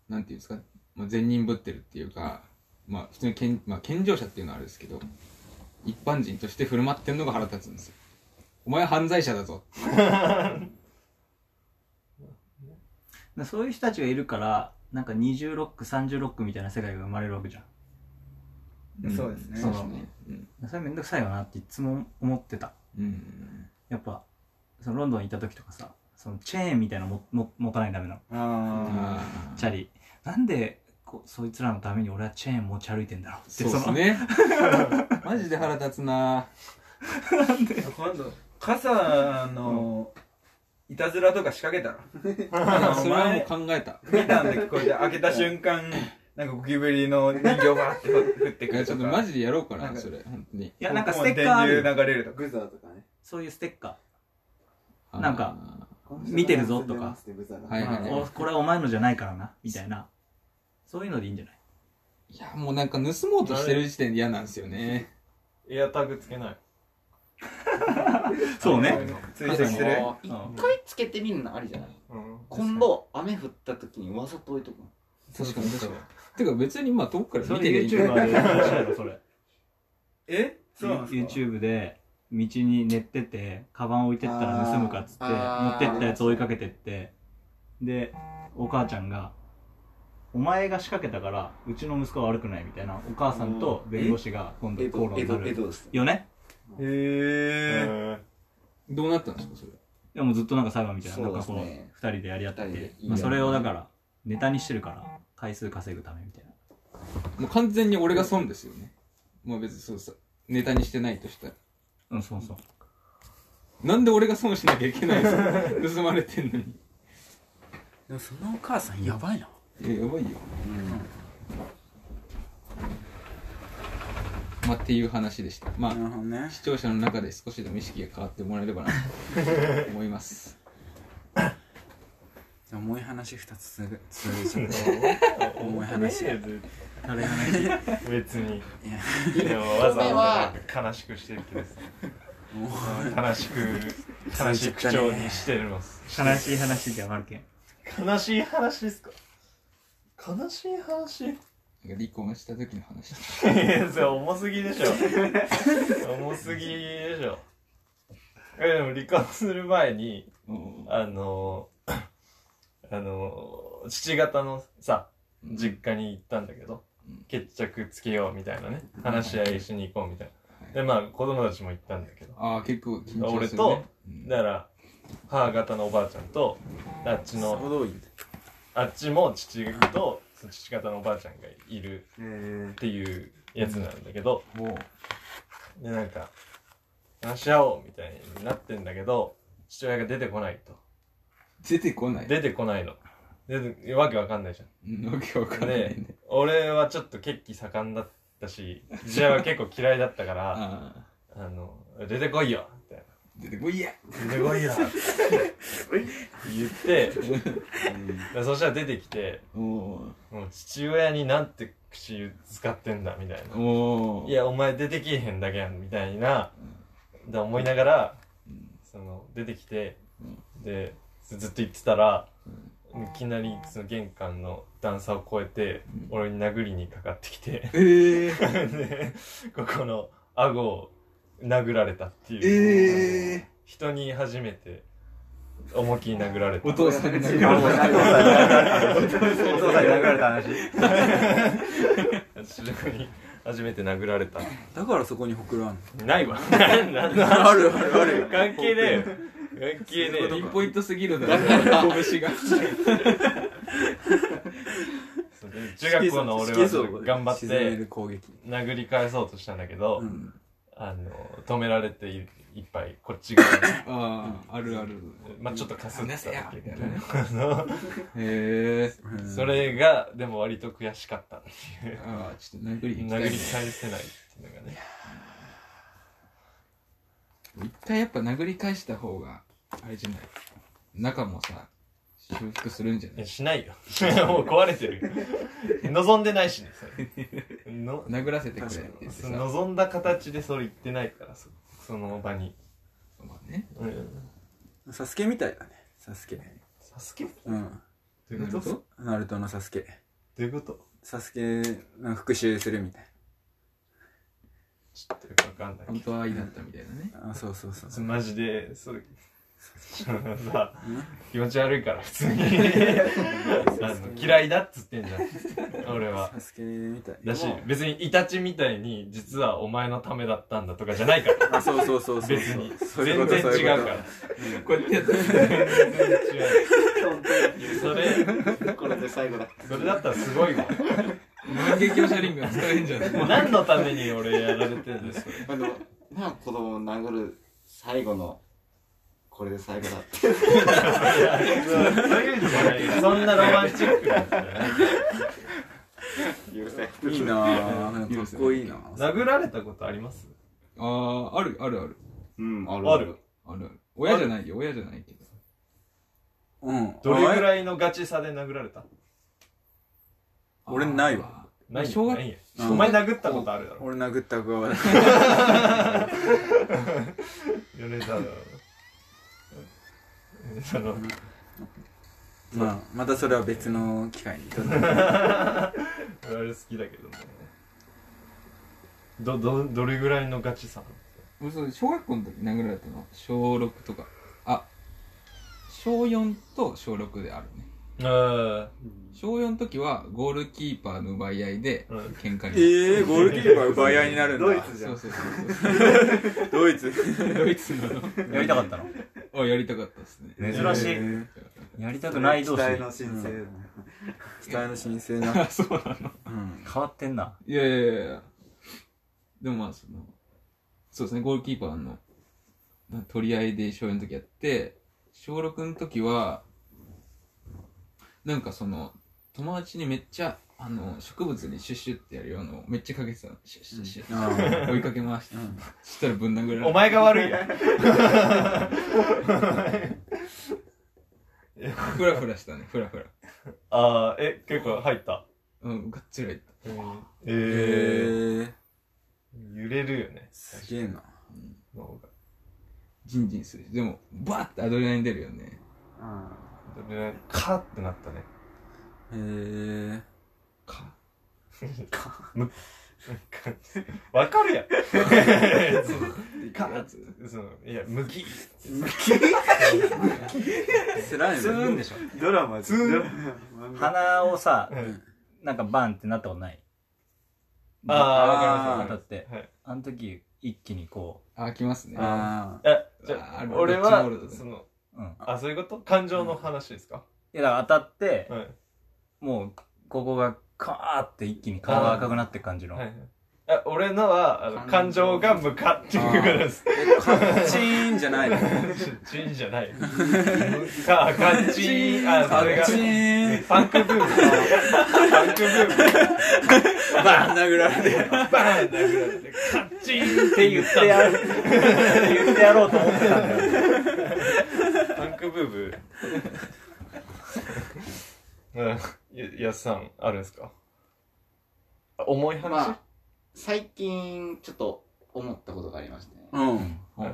Speaker 7: なんていうんですか、まあ、善人ぶってるっていうか、まあ、普通に健、まあ、健常者っていうのはあれですけど、一般人として振る舞ってんのが腹立つんですよ。お前は犯罪者だぞ。
Speaker 4: でそういう人たちがいるからなんか26区36区みたいな世界が生まれるわけじゃん
Speaker 9: そうですね
Speaker 7: そうですね。うん。
Speaker 4: それめんどくさいよなっていつも思ってた
Speaker 7: うん。
Speaker 4: やっぱそのロンドン行った時とかさそのチェーンみたいなのもも持たないとダメなの
Speaker 9: あ
Speaker 7: あ
Speaker 4: チャリなんでこそいつらのために俺はチェーン持ち歩いてんだろうっ
Speaker 7: あ。
Speaker 4: て
Speaker 7: そうで
Speaker 4: の
Speaker 7: すね。 マジで腹立つな
Speaker 9: あ今度傘のいたずらとか仕掛けたらあの
Speaker 7: それはもう考えた。
Speaker 9: 見たんだけどこれで開けた瞬間なんかゴキブリの人形がって降って
Speaker 7: い
Speaker 9: く
Speaker 7: や
Speaker 9: る
Speaker 7: ち
Speaker 9: と
Speaker 7: ょっと
Speaker 9: か
Speaker 7: マジでやろうかな、
Speaker 9: なんか
Speaker 7: それ。本当に。
Speaker 4: いやなんかステッカーあ
Speaker 9: 電
Speaker 4: る
Speaker 9: 流流れるとか
Speaker 6: グザーとかね
Speaker 4: そういうステッカー
Speaker 7: あー
Speaker 4: なんか見てるぞとか
Speaker 6: グザーが
Speaker 7: はいはいはい
Speaker 4: おこれはお前のじゃないからなみたいなそういうのでいいんじゃない
Speaker 7: いや、もうなんか盗もうとしてる時点で嫌なんですよね。
Speaker 5: エアタグつけない。
Speaker 4: そうね
Speaker 9: 追跡する
Speaker 8: 一回つけてみるのありじゃない
Speaker 5: うん。
Speaker 8: 今度雨降った時にわざと置いとくの
Speaker 7: 確かに確かに。てか別にまあ遠くから見てりゃいいんだよ
Speaker 4: YouTuber で面白いのそれ
Speaker 9: えそうなんですか
Speaker 4: YouTube で道に寝ててカバン置いてったら盗むかっつって持
Speaker 8: あ
Speaker 4: っ
Speaker 8: ー
Speaker 4: てったやつ追いかけてってでお母ちゃんが「お前が仕掛けたからうちの息子は悪くない」みたいなお母さんと弁護士が今度
Speaker 8: 江
Speaker 4: 口
Speaker 8: 戸
Speaker 4: 論
Speaker 8: 江
Speaker 4: にな
Speaker 8: 戸江
Speaker 4: る
Speaker 8: 戸です
Speaker 4: よね
Speaker 9: へえ
Speaker 7: どうなったんですか、それ。
Speaker 4: でもずっとなんか裁判みたいな
Speaker 8: そ
Speaker 4: な
Speaker 8: うんで
Speaker 4: か
Speaker 8: す
Speaker 4: こ
Speaker 8: ね
Speaker 4: の2人でやり合って
Speaker 8: 二人で
Speaker 4: て
Speaker 8: 言い合う
Speaker 4: まあそれをだからネタにしてるから回数稼ぐためみたいな
Speaker 7: もう完全に俺が損ですよね。まあ別にそうさ、ネタにしてないとしたら。
Speaker 4: うんそうそう
Speaker 7: なんで俺が損しなきゃいけないんですか盗まれてんのに。
Speaker 1: でもそのお母さんやばいな
Speaker 7: えやばいよ。まあっていう話でした。まあ、
Speaker 1: るほどね
Speaker 7: 視聴者の中で少しでも意識が変わってもらえればなと思います。
Speaker 1: 重い話2つ続いちゃった重い話
Speaker 5: ね
Speaker 4: 誰がね
Speaker 5: え別に。
Speaker 1: いや
Speaker 5: でもわざわざ悲しくしてるけどさ。悲しく、悲しい口調にしてます。
Speaker 4: 悲しい話ではあるけん
Speaker 5: 悲しい話ですか悲しい話い
Speaker 7: なんか離婚した時の話。
Speaker 5: や、それ重すぎでしょ。重すぎでしょ。え、でも離婚する前に、
Speaker 7: うん
Speaker 5: あの、あのー父方のさ実家に行ったんだけど、決着つけようみたいなね話し合いしに行こうみたいな、でまあ子供たちも行ったんだけど
Speaker 7: ああ、結構緊張する、ね。
Speaker 5: 俺と
Speaker 7: うん
Speaker 5: だから母方のおばあちゃんとあっちの
Speaker 1: 総動員
Speaker 5: あっちも父とその父方のおばあちゃんがいるっていうやつなんだけど、でなんか話し合おうみたいになってんだけど父親が出てこないと
Speaker 7: 出てこない。
Speaker 5: 出てこないの出てわけわかんないじゃん
Speaker 7: うんわけわかんない、
Speaker 5: で
Speaker 7: ね。、
Speaker 5: 俺はちょっと血気盛んだったし、父親は結構嫌いだったから、
Speaker 7: ああ、
Speaker 5: あの、出てこいよみたい
Speaker 7: 出てこいや
Speaker 5: な。出てこいよって言って、でそしたら出てきて、
Speaker 7: おお
Speaker 5: もう父親になんて口使ってんだみたい
Speaker 7: ー
Speaker 5: な。
Speaker 7: おお
Speaker 5: いや、お前出てきえへんだけやんみたいな、で思いながら、その、出てきて、で、ずずっと言ってたら、いきなりその玄関の段差を越えて、俺に殴りにかかってきて、
Speaker 7: ええ
Speaker 5: でここの顎を殴られたっていう、
Speaker 7: ええ
Speaker 5: 人に初めて思いっきり殴られた
Speaker 7: お父さんが
Speaker 6: お父さんに殴られた話
Speaker 5: 父親に初めて殴られた
Speaker 1: だからそこにほくろあんの
Speaker 5: ないわ何 の
Speaker 1: あるあるある
Speaker 5: 関係ねえ よ関係ねえ
Speaker 7: ピ
Speaker 5: よ
Speaker 7: ンポイントすぎるだろ、拳が。
Speaker 5: 中学校の俺はちょっと頑張っ
Speaker 1: 沈め
Speaker 5: て
Speaker 1: る攻撃
Speaker 5: 殴り返そうとしたんだけど、
Speaker 1: うん
Speaker 5: あの止められていいっぱいこっち側に
Speaker 7: ああ、あるある。
Speaker 5: まあちょっとかすってただけでね
Speaker 7: へえ
Speaker 1: うん
Speaker 5: それがでも割と悔しかったっていう
Speaker 7: ああ、ちょっと殴りに行きたい
Speaker 5: 殴り返せないっていうのがね
Speaker 7: 一回やっぱ殴り返した方が、あれじゃない。中もさ、修復するんじゃ
Speaker 5: い
Speaker 7: な
Speaker 5: や
Speaker 7: い
Speaker 5: しないよ もう壊れてるよ望んでないしねそれの
Speaker 7: 殴らせてくれって言って
Speaker 5: そ
Speaker 7: さ。
Speaker 5: の望んだ形でそれ言ってないからそその場に
Speaker 7: まあね。
Speaker 5: うん
Speaker 1: サスケみたいだねサスケ
Speaker 5: サスケど
Speaker 1: うん
Speaker 5: ういうことど
Speaker 1: ナルトのサスケ
Speaker 5: ういうこと
Speaker 1: サスケなんか復讐するみたい
Speaker 5: ちょっとよくわかんない
Speaker 7: 本当は愛だったみたいなね。
Speaker 1: なあそうそうそう
Speaker 5: それマジでそ れさ気持ち悪いから普通にあの嫌いだっつってんじゃん俺は
Speaker 1: サスケみたい
Speaker 5: だし別にイタチみたいに実はお前のためだったんだとかじゃないから
Speaker 1: あそうそうそうそう
Speaker 5: 別に
Speaker 1: そういう
Speaker 5: 全
Speaker 1: こと
Speaker 5: 然違う
Speaker 1: そういうこと
Speaker 5: から
Speaker 7: こうやってやったら
Speaker 5: 全然違うそれ
Speaker 6: これで最後だ
Speaker 5: それだったらすごいわ
Speaker 7: 無限業者リングが使えるんじゃない
Speaker 5: 何のために俺やられてるんですか
Speaker 6: あの
Speaker 8: なあ子供を殴る最後のこれで最後だって
Speaker 5: そういうんじゃないそんなロマンチックなやつじゃない
Speaker 8: 許せ
Speaker 1: いいなぁなんかかっこいいなぁ
Speaker 5: 殴られたことあります
Speaker 7: ああ、ある、あるある。
Speaker 8: うんあ
Speaker 5: ある
Speaker 7: あるある。親じゃないよ、親じゃないけど。
Speaker 1: うん
Speaker 5: どれぐらいのガチさで殴られた
Speaker 1: 俺ないわ
Speaker 5: ない
Speaker 7: 小
Speaker 5: よ
Speaker 7: 学
Speaker 5: ないよ
Speaker 1: うん
Speaker 5: お前殴ったことあるだろ
Speaker 1: 俺殴った側だ
Speaker 5: 米沢のその
Speaker 1: まあまたそれは別の機会にどうぞ
Speaker 5: 俺あれ好きだけどねどどどれぐらいのガチさ
Speaker 7: 俺そう小学校の時殴られたの小6とかあ小4と小6であるね
Speaker 5: あ
Speaker 7: 小4の時はゴールキーパーの奪い合いで
Speaker 5: うん
Speaker 7: 喧嘩に、
Speaker 1: ええゴールキーパー奪い合いになるんだ
Speaker 7: そうそうそうそ
Speaker 1: ドイツ
Speaker 7: うドイツなの
Speaker 6: やりたかったの
Speaker 7: あやりたかったですね
Speaker 2: 珍しい
Speaker 1: やりた
Speaker 2: くない同士
Speaker 6: 期待の申請
Speaker 1: 期待の申請な
Speaker 7: あそうなの
Speaker 1: うん
Speaker 2: 変わってんない
Speaker 7: やいやいやいやでもまあそのそうですねゴールキーパーのな取り合いで小4の時やって小6の時はなんかその友達にめっちゃあの植物にシュッシュッってやるようなのをめっちゃかけてたのシュッシュッシュッ、
Speaker 1: ああ
Speaker 7: 追いかけ回して、
Speaker 1: うん
Speaker 7: そしたらぶん殴られ
Speaker 5: ー
Speaker 7: た
Speaker 5: お前が悪いよ
Speaker 7: フラフラしたねフラフラ
Speaker 5: ああえ結構入った
Speaker 7: うんがっつり入った
Speaker 5: え
Speaker 1: え
Speaker 5: ー、
Speaker 1: ー、
Speaker 5: 揺れるよね
Speaker 1: すげえな
Speaker 5: 脳が
Speaker 7: ジンジンするしでもバーってアドレナリン出るよね
Speaker 5: でカーってなったね
Speaker 1: えー、
Speaker 7: か
Speaker 5: む わかる やん。
Speaker 7: かやつ
Speaker 5: そのいや、むき。
Speaker 1: スライ
Speaker 4: 吸うんでしょ
Speaker 6: ドラマ
Speaker 5: 通
Speaker 6: ドラマ漫画
Speaker 4: 鼻をさ
Speaker 5: うん
Speaker 4: なんかバンってなったことない
Speaker 5: ああ、わかります
Speaker 4: 当
Speaker 5: わかり
Speaker 4: た
Speaker 5: ま
Speaker 4: って
Speaker 5: はい
Speaker 4: あの時一気にこ
Speaker 7: あ、来ますね。
Speaker 1: あ
Speaker 5: す。え、じゃ
Speaker 7: あ
Speaker 5: あ
Speaker 7: ー、
Speaker 5: 俺
Speaker 7: どっち
Speaker 5: は
Speaker 7: も俺だ、ね
Speaker 5: その、
Speaker 4: ううん
Speaker 5: あ、そういうこと感情の話ですか、
Speaker 4: いやだから当たって
Speaker 5: はい。
Speaker 4: もうここがカーって一気に顔が赤くなってく感じの
Speaker 5: はい。え、俺のは、あの感情が向かっていくからです。
Speaker 1: あえカッチーンじゃないの
Speaker 5: チンじゃない。か、かっちん、あ、
Speaker 1: カ
Speaker 5: それ
Speaker 1: ッ
Speaker 5: が、
Speaker 1: チーン
Speaker 5: パンクブーム。パンクブーム。
Speaker 1: バーン殴られて
Speaker 5: バーン殴られて、カッチンって言ったんだ
Speaker 4: やる言ってやろうと思ってたんだよ
Speaker 5: パンクブーブー。うん、や、やすさん、あるんですかあ重い話、
Speaker 8: まあ、最近、ちょっと思ったことがありましてね。
Speaker 1: うん
Speaker 5: あ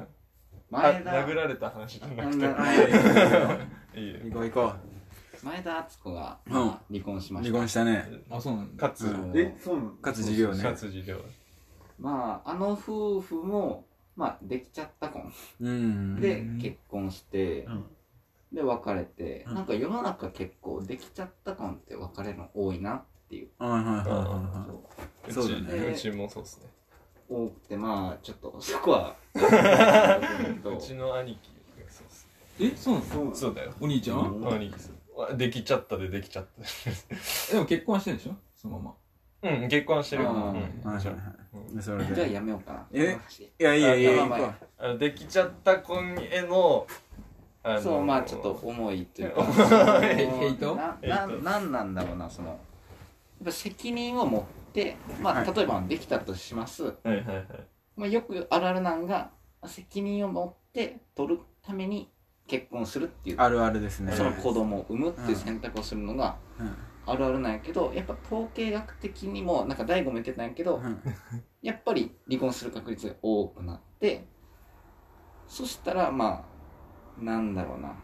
Speaker 8: 前田、
Speaker 5: 殴られた話じゃな
Speaker 8: 前
Speaker 5: く
Speaker 8: 田
Speaker 5: て。いいよ。
Speaker 1: 行こう行こ
Speaker 8: 前田敦子が、
Speaker 1: うん
Speaker 8: まあ離婚し
Speaker 1: う
Speaker 8: ま
Speaker 1: 離
Speaker 8: した。
Speaker 1: 婚したね
Speaker 7: あ、そうなんだ。
Speaker 5: かつ、
Speaker 8: うん
Speaker 6: えそうなの
Speaker 1: かつ事業ね
Speaker 5: 勝つ事業。
Speaker 8: まあ、あの夫婦も、まあ、できちゃった婚
Speaker 1: うん
Speaker 8: で結婚して、
Speaker 6: うん
Speaker 8: で、別れて、
Speaker 6: うん
Speaker 8: なんか世の中結構、できちゃった婚って別れるの多いなっていう。
Speaker 1: はいはいはいはいは
Speaker 8: そう
Speaker 5: うち
Speaker 1: そうだ
Speaker 8: ね
Speaker 5: うちもそうですね。
Speaker 8: 多くて、まあ、ちょっと、そこは、
Speaker 5: うちの兄貴がそうっすね。
Speaker 7: え、そうなんだ。
Speaker 6: そうなの
Speaker 5: そうだよ。
Speaker 7: お兄ちゃ ん
Speaker 5: 兄貴そうわできちゃったでできちゃった。
Speaker 7: でも結婚はしてるでしょそのま
Speaker 5: うん、結婚してる。う
Speaker 8: あ
Speaker 5: ん
Speaker 8: ー
Speaker 1: いはい
Speaker 5: も
Speaker 1: はい
Speaker 5: ちろん
Speaker 1: はいでそれ
Speaker 8: じゃあ
Speaker 1: で
Speaker 8: やめようかな。
Speaker 1: えいやいやいや行こう
Speaker 5: あのできちゃった婚への、あの
Speaker 8: そう、まあちょっと重いというか、
Speaker 7: ヘイト
Speaker 8: な
Speaker 5: ヘイト
Speaker 8: ななんなんだろうな、その、やっぱ責任を持って、まあ例えばできたとします。
Speaker 5: はいはいはい。
Speaker 8: まあよくあるあるなんが、責任を持って取るために結婚するっていう、
Speaker 1: あるあるですね
Speaker 8: その子供を産むっていう選択をするのが
Speaker 1: うん
Speaker 8: あるあるなんやけど、やっぱ統計学的にも、なんか大悟も言ってたんやけど、
Speaker 1: うん
Speaker 8: やっぱり離婚する確率が多くなって、そしたら、まあ、なんだろうな。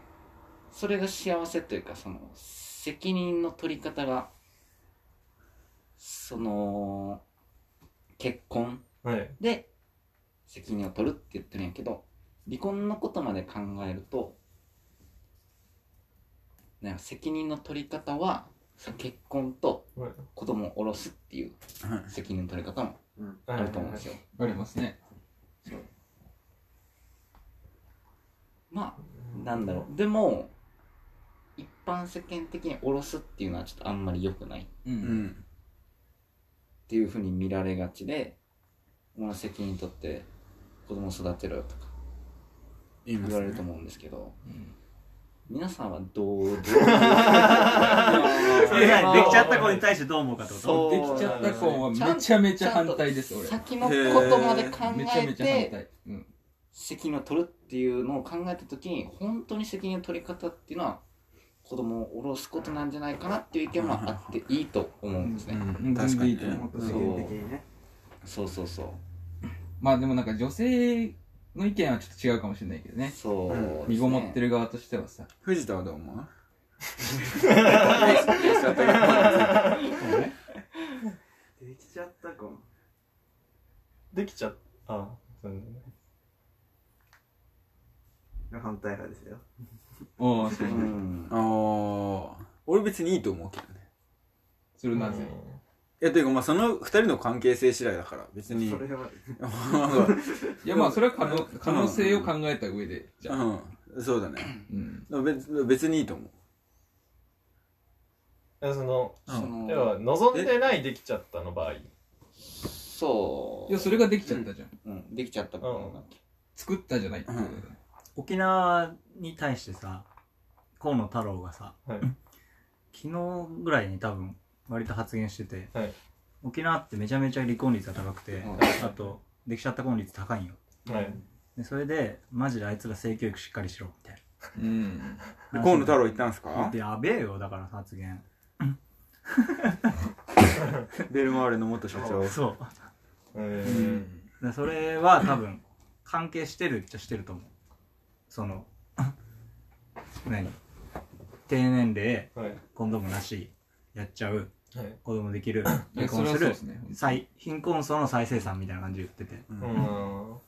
Speaker 8: それが幸せというか、その、責任の取り方が、その、結婚
Speaker 5: はい。
Speaker 8: で責任を取るって言ってるんやけど、離婚のことまで考えると、なんか責任の取り方は、その結婚と
Speaker 5: はい
Speaker 8: 子供を下ろすっていう責任の取り方もあると思うんですよ。
Speaker 7: ま。バレますね。
Speaker 8: まあ、なんだろう。でも、一般世間的に下ろすっていうのはちょっとあんまり良くないっ
Speaker 1: う
Speaker 7: う。
Speaker 1: んん
Speaker 8: ていうふうに見られがちで、俺の責任取って子供育てろよとか
Speaker 1: 言いま
Speaker 8: 言
Speaker 1: す
Speaker 8: われ
Speaker 1: ね
Speaker 8: ると思うんですけど、
Speaker 7: うん
Speaker 8: 皆さんはどう、どう
Speaker 4: いやいやできちゃった子に対してどう思うかってこと
Speaker 8: そう
Speaker 7: できちゃった婚はめちゃめちゃ反対です、俺。
Speaker 8: 先のことまで考
Speaker 7: めちゃ
Speaker 8: え
Speaker 7: めちゃ反
Speaker 8: て
Speaker 7: 対。うん。
Speaker 8: 責任を取るっていうのを考えた時に本当に責任の取り方っていうのは子供を下ろすことなんじゃないかなっていう意見もあっていいと思うんですね。
Speaker 1: うん確かにね
Speaker 7: 全然いいと
Speaker 6: もっと
Speaker 8: そう
Speaker 6: 世間的にね
Speaker 8: そうそうそう
Speaker 7: まあでもなんか女性の意見はちょっと違うかもしれないけどね。
Speaker 8: そうですね
Speaker 7: 身ごもってる側としてはさ。
Speaker 1: 藤田はどう思う
Speaker 6: できちゃったかも
Speaker 5: できちゃった。あ、そうね
Speaker 6: 反対派ですよ
Speaker 7: おお、そうう。
Speaker 8: ん
Speaker 1: ああ俺別にいいと思うけどね
Speaker 7: それなぜ
Speaker 1: いやというかまあその二人の関係性次第だから別に
Speaker 6: それは
Speaker 7: いやまあそれは可能可能性を考えた上で、じゃあ。
Speaker 1: うんそうだね
Speaker 7: うん。
Speaker 1: 別別にいいと思う
Speaker 5: えその、
Speaker 8: そ
Speaker 5: で
Speaker 8: の
Speaker 5: は、望んでないできちゃったの場合。
Speaker 8: そ
Speaker 7: いや、それができちゃったじゃん。
Speaker 8: う、うん、できちゃったことなんだっけ
Speaker 7: 作ったじゃないっていう。
Speaker 4: 沖縄に対してさ河野太郎がさ、
Speaker 5: はい
Speaker 4: 昨日ぐらいに多分割と発言してて、
Speaker 5: はい
Speaker 4: 沖縄ってめちゃめちゃ離婚率が高くて、
Speaker 8: うん
Speaker 4: あとできちゃった婚率高いんよ
Speaker 5: はい。
Speaker 4: でそれでマジであいつら性教育しっかりしろみたい
Speaker 7: うん。
Speaker 4: な
Speaker 1: 河野太郎行ったんす
Speaker 4: っ
Speaker 1: か
Speaker 4: てやべえよだから発言
Speaker 1: ベルマーレの元社長
Speaker 4: そう
Speaker 5: う。
Speaker 7: うんん。
Speaker 4: でそれは多分関係してるっちゃしてると思うその何低年齢
Speaker 5: はい。
Speaker 4: コンドームなしやっちゃう
Speaker 5: はい
Speaker 4: 子供で きる、
Speaker 7: いや
Speaker 4: 離
Speaker 7: そ
Speaker 4: 婚
Speaker 7: れは
Speaker 4: す
Speaker 7: そう
Speaker 4: る
Speaker 7: ですね
Speaker 4: 再貧困層の再生産みたいな感じで言ってて
Speaker 5: うーん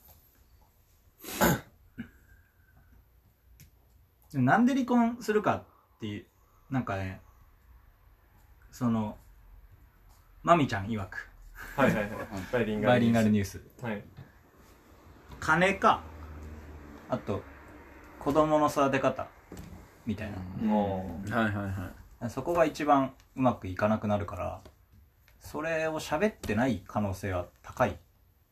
Speaker 4: でもなんで離婚するかっていうなんかねそのまみちゃん曰く
Speaker 5: はいはいはいバイリンガ
Speaker 4: バ
Speaker 5: ル
Speaker 4: イリンガルニュース
Speaker 5: はい
Speaker 4: 金かあと子供の育て方みたい
Speaker 5: も
Speaker 1: はいはいはい
Speaker 4: なそこが一番うまくいかなくなるからそれを喋ってない可能性は高いっ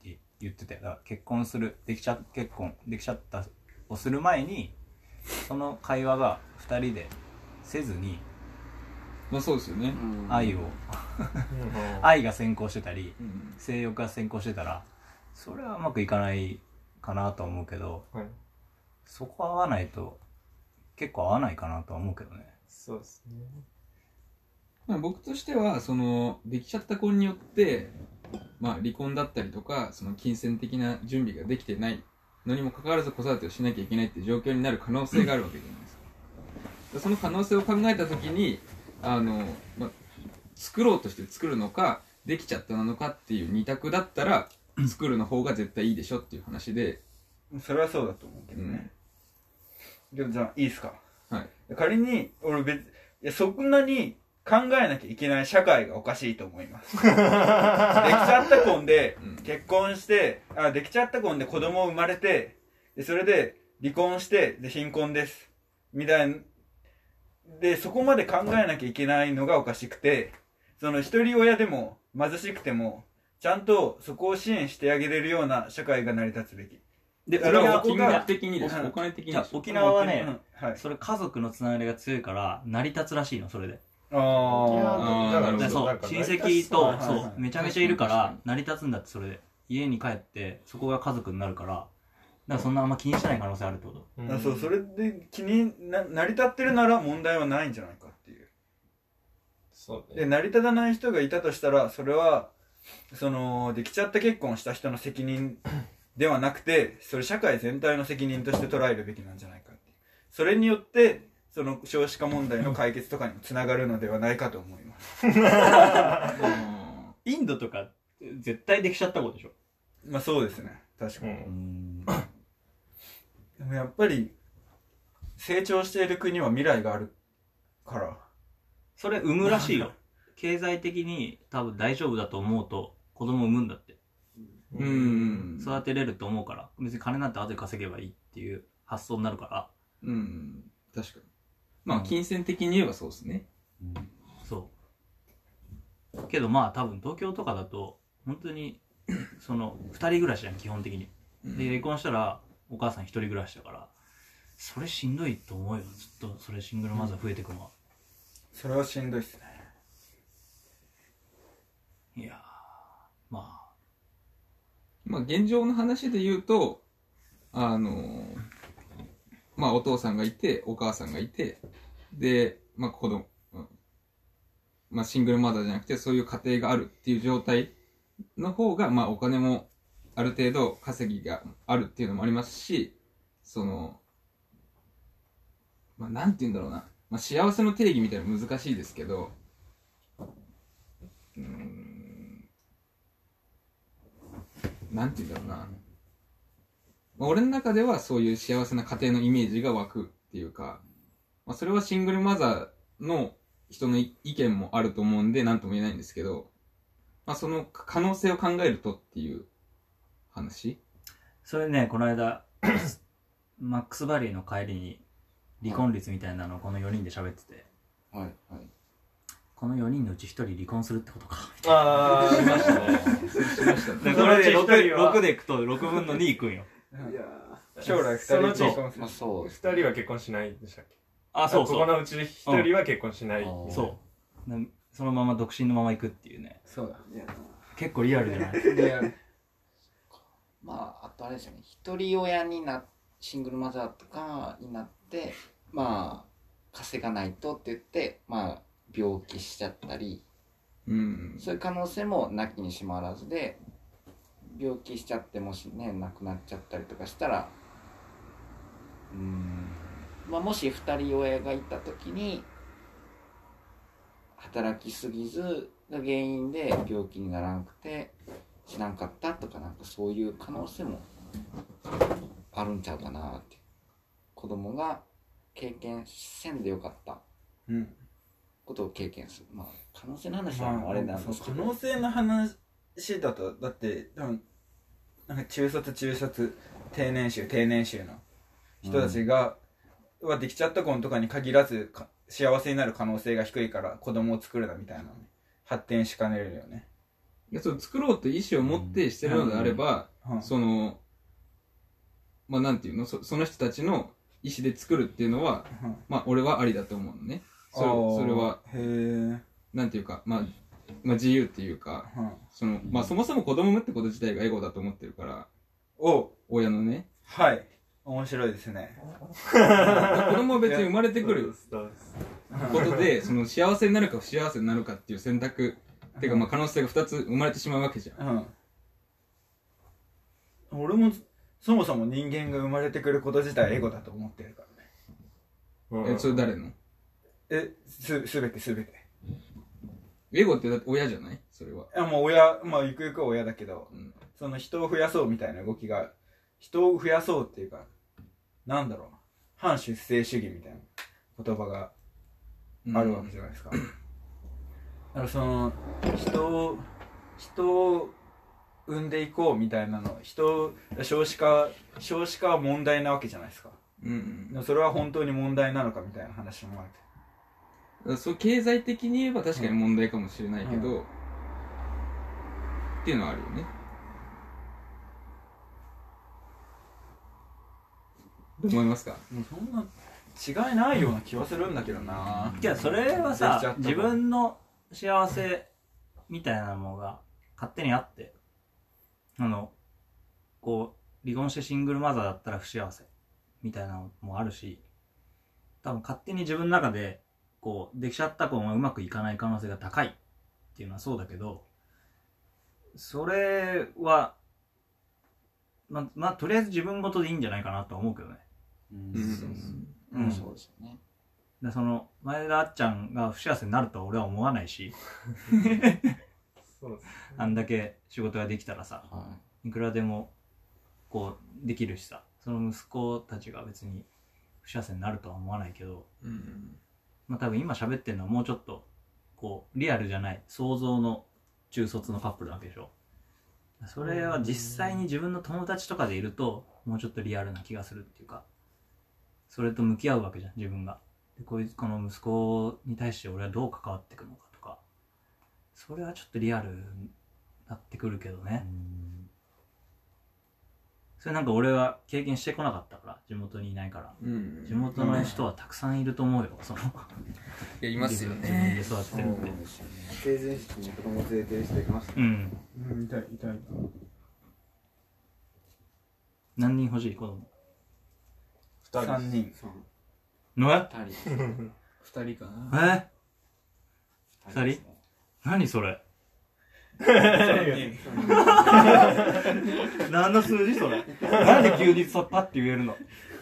Speaker 4: て言っててだから結婚するできちゃ結婚できちゃったをする前にその会話が2人でせずに
Speaker 7: まあそうですよね。
Speaker 4: 愛を
Speaker 5: う
Speaker 4: 愛が先行してたり
Speaker 7: うん。
Speaker 4: 性欲が先行してたらそれはうまくいかないかなとは思うけど
Speaker 5: はい
Speaker 4: そこ合わないと結構合わないかなとは思うけどね
Speaker 5: そうですね
Speaker 7: まあ僕としては、その、できちゃった婚によって、まあ離婚だったりとか、その金銭的な準備ができてないのにもかかわらず子育てをしなきゃいけないっていう状況になる可能性があるわけじゃないですか。でその可能性を考えたときに、あの、まあ、作ろうとして作るのか、できちゃったなのかっていう二択だったら、作るの方が絶対いいでしょっていう話で、
Speaker 6: それはそうだと思うけ
Speaker 7: う
Speaker 6: ど
Speaker 7: ん
Speaker 6: ね。でもじゃあ、いいっすか。
Speaker 7: はい。
Speaker 6: 仮に、俺別、いや、そんなに考えなきゃいけない社会がおかしいと思います。できちゃった婚で
Speaker 7: うん、
Speaker 6: 結婚して、あ、できちゃった婚で子供生まれて、でそれで離婚して、で、貧困です。みたいな。で、そこまで考えなきゃいけないのがおかしくて、その一人親でも貧しくても、ちゃんとそこを支援してあげれるような社会が成り立つべき。
Speaker 4: で
Speaker 6: いや
Speaker 4: それ
Speaker 6: でも
Speaker 4: は
Speaker 6: 僕
Speaker 7: 金
Speaker 6: が
Speaker 7: 額的にです。お金的に
Speaker 4: じゃ
Speaker 7: で
Speaker 4: あ
Speaker 7: す。
Speaker 4: 沖縄はね、
Speaker 6: うん、はい。
Speaker 4: それ家族のつながりが強いから成り立つらしいのそれで
Speaker 6: あ
Speaker 7: あー
Speaker 5: だか
Speaker 7: なるほ
Speaker 5: ら
Speaker 7: ど
Speaker 4: でそう親戚
Speaker 6: は
Speaker 4: と
Speaker 6: いはい
Speaker 4: そうめちゃめちゃいるから成り立つんだってそれで家に帰ってそこが家族になるからだからそんなあんま気にしてない可能性あるってこと
Speaker 6: あ、そう、それで気にな成り立ってるなら問題はないんじゃないかっていう。
Speaker 5: そう
Speaker 6: で、
Speaker 5: ね
Speaker 6: 成り立たない人がいたとしたら、それは、その、できちゃった結婚した人の責任ではなくて、それ社会全体の責任として捉えるべきなんじゃないかっていう。それによって、その少子化問題の解決とかにもつながるのではないかと思います。
Speaker 7: あ
Speaker 4: インドとか絶対できちゃったことでしょ
Speaker 6: まあそうですね。確か
Speaker 5: う
Speaker 6: に。
Speaker 5: ん
Speaker 6: でもやっぱり、成長している国は未来があるから。
Speaker 4: それ産むらしいよ 経済的に多分大丈夫だと思うと子供産むんだって
Speaker 7: ーうん。
Speaker 4: 育てれると思うから別に金なんて後で稼げばいいっていう発想になるか
Speaker 7: うん、確かに。まあ、金銭的に言えばそうですね。
Speaker 4: らそうけどまあ多分東京とかだと本当にその2人暮らしじゃん基本的にで離婚したらお母さん一人暮らしだからそれしんどいと思うよずっとそれシングルマザー増えてくのは、
Speaker 6: それはしんどいっすね。
Speaker 4: いやーまあ
Speaker 7: まあ、現状の話で言うと、あのーまあ、お父さんがいて、お母さんがいて、で、まあ、子供、うんまあ、シングルマザーじゃなくて、そういう家庭があるっていう状態の方が、まあ、お金も、ある程度稼ぎがあるっていうのもありますし、その、まあ、なんて言うんだろうな。まあ、幸せの定義みたいなの難しいですけど、うーん、なんて言うんだろうな。まあ、俺の中ではそういう幸せな家庭のイメージが湧くっていうか、まあ、それはシングルマザーの人の意見もあると思うんで、なんとも言えないんですけど、まあ、その可能性を考えるとっていう話
Speaker 4: それねこの間 マックス・バリーの帰りに離婚率みたいなのをこの4人で喋ってて
Speaker 8: はいはい
Speaker 4: この4人のうち1人離婚するってこと か
Speaker 5: ああしましたね
Speaker 7: しましたね。
Speaker 4: で
Speaker 5: そのうち一人は
Speaker 4: 6, 6でいくと6分の2いくんよ
Speaker 6: いや将来二
Speaker 5: その
Speaker 6: 人
Speaker 5: うち
Speaker 6: 結婚す
Speaker 8: ま
Speaker 6: る
Speaker 8: あそう
Speaker 5: 二人は結婚しないでしたっけ
Speaker 4: あそう
Speaker 5: こ
Speaker 4: そ
Speaker 5: こ
Speaker 4: う
Speaker 5: のうち一人は結婚しない
Speaker 8: うん
Speaker 4: そうなそのまま独身のままいくっていうね
Speaker 6: そうだ。
Speaker 4: 結構リアルじゃない
Speaker 6: いや
Speaker 8: まああとあれですよね一人親になシングルマザーとかになってまあ稼がないとって言ってまあ病気しちゃったり
Speaker 7: うん。
Speaker 8: そういう可能性もなきにしもあらずで病気しちゃってもしね亡くなっちゃったりとかしたらうーん、まあ、もし二人親がいた時に働きすぎずが原因で病気にならなくて死なんかったとかなんかそういう可能性もあるんちゃうかなって子供が経験せんでよかった
Speaker 6: うん
Speaker 8: ことを経験するまあ可能性の話はもうあれなんですけ
Speaker 6: 可
Speaker 8: ど、
Speaker 6: 能性の話だとだって多分なんか中卒中卒定年収定年収の人たちが、はできちゃった婚とかに限らずか幸せになる可能性が低いから子供を作るなみたいなのね発展しかねるよね、
Speaker 7: いや、そう、作ろうという意思を持ってしてるのであれば、
Speaker 6: うん
Speaker 7: その、まあ、なんていうのそ、その人たちの意思で作るっていうのは、
Speaker 6: うん
Speaker 7: まあ、俺はありだと思うのね。そ
Speaker 6: あー
Speaker 7: れそれは、
Speaker 6: へえ
Speaker 7: なんていうか、まあ、まあ、自由っていうか、その、まあ、そもそも子供産むってこと自体がエゴだと思ってるから、
Speaker 6: お
Speaker 7: 親のね。
Speaker 6: はい面白いですね
Speaker 7: 子供は別に生まれてくることで、その幸せになるか不幸せになるかっていう選択、っていうか、まあ、可能性が2つ生まれてしまうわけじゃん。
Speaker 6: うん俺もそもそも人間が生まれてくること自体エゴだと思ってるからね
Speaker 7: え、それ誰の
Speaker 6: えすすべてすべて
Speaker 7: エゴってだって親じゃないそれは。
Speaker 6: いやもう親まあゆくゆくは親だけど、
Speaker 7: うん
Speaker 6: その人を増やそうみたいな動きが人を増やそうっていうかなんだろうな反出生主義みたいな言葉があるわけじゃないですか、だからその人を人を産んでいこうみたいなの人を少子化少子化は問題なわけじゃないですか
Speaker 7: うんうん
Speaker 6: でもそれは本当に問題なのかみたいな話もある
Speaker 7: だからそう経済的に言えば確かに問題かもしれないけど、っていうのはあるよねどう思いますか
Speaker 6: もうそんな違いないような気はするんだけどない
Speaker 4: や、それは
Speaker 6: できち
Speaker 4: さ
Speaker 6: ゃっ、た
Speaker 4: 自分の幸せみたいなものが勝手にあって、あの、こう、離婚してシングルマザーだったら不幸せみたいなのもあるし、多分勝手に自分の中で、こう、できちゃった子もうまくいかない可能性が高いっていうのはそうだけど、それは、ま、まあ、とりあえず自分ごとでいいんじゃないかなとは思うけどね。
Speaker 8: うん
Speaker 4: うん
Speaker 8: そうですよね
Speaker 4: でその前田あっちゃんが不幸せになるとは俺は思わないし
Speaker 5: そうです
Speaker 4: あんだけ仕事ができたらさ
Speaker 8: はい
Speaker 4: くらでもこうできるしさその息子たちが別に不幸せになるとは思わないけど、まあ、多分今喋ってるのはもうちょっとこうリアルじゃない想像の中卒のカップルなわけでしょそれは実際に自分の友達とかでいるともうちょっとリアルな気がするっていうかそれと向き合うわけじゃん自分がでこいつこの息子に対して俺はどう関わっていくのかとかそれはちょっとリアルになってくるけどねそれなんか俺は経験してこなかったから地元にいないから
Speaker 7: うん
Speaker 4: 地元の人はたくさんいると思うよその
Speaker 7: いやいますよ
Speaker 4: 自
Speaker 7: ね
Speaker 4: 分で育ってるって
Speaker 3: 成人式に子供連れてる人いました
Speaker 4: うん
Speaker 6: うん痛い痛い
Speaker 4: 何人欲しい子供
Speaker 6: 3人
Speaker 4: のえ
Speaker 8: 二人
Speaker 7: 2人かな
Speaker 4: え
Speaker 8: 二
Speaker 4: 人
Speaker 8: ですね
Speaker 4: 何それ何の数字それなんで急にそパッて言えるの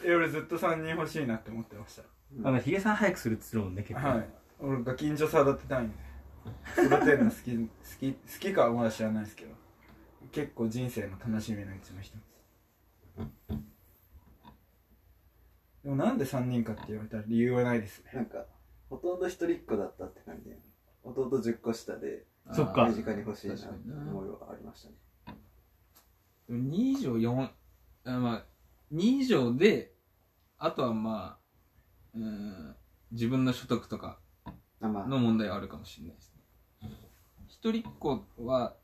Speaker 6: え俺ずっと3人欲しいなって思ってまし
Speaker 4: あのヒゲさん早くするっつうもんね
Speaker 6: た
Speaker 4: 結構、
Speaker 6: はい俺が近所育てたいんで育てるの好き 好き好きかはまだ知らないですけど結構人生の楽しみのうちの一つでもなんで3人かって言われたら理由はないですね
Speaker 10: なんか、ほとんど一人っ子だったって感じだよね弟10個下で、
Speaker 4: そっか
Speaker 10: 身近に欲しいなって
Speaker 7: 確かにな
Speaker 10: 思いはありましたね。
Speaker 7: でも2以上4あまあ2以上であとはまあうん自分の所得とか
Speaker 10: あま
Speaker 7: の問題はあるかもしれないですね一人っ子は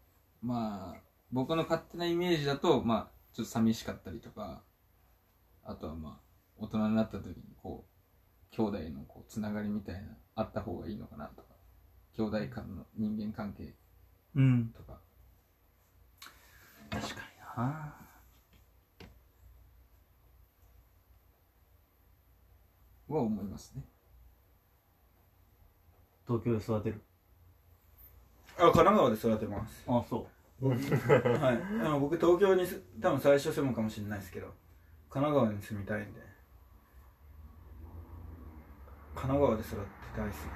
Speaker 7: まあ僕の勝手なイメージだとまあちょっと寂しかったりとかあとはまあ大人になった時にこう兄弟のこうつながりみたいなあった方がいいのかなとか兄弟間の人間関係
Speaker 4: うん
Speaker 7: とか
Speaker 4: 確かにな
Speaker 7: は思いますね
Speaker 4: 東京で育てる
Speaker 6: あ神奈川で育てます
Speaker 4: あそう
Speaker 6: はいでも僕東京にす多分最初住むかもしれないですけど神奈川に住みたいんで神奈川で育てたいですね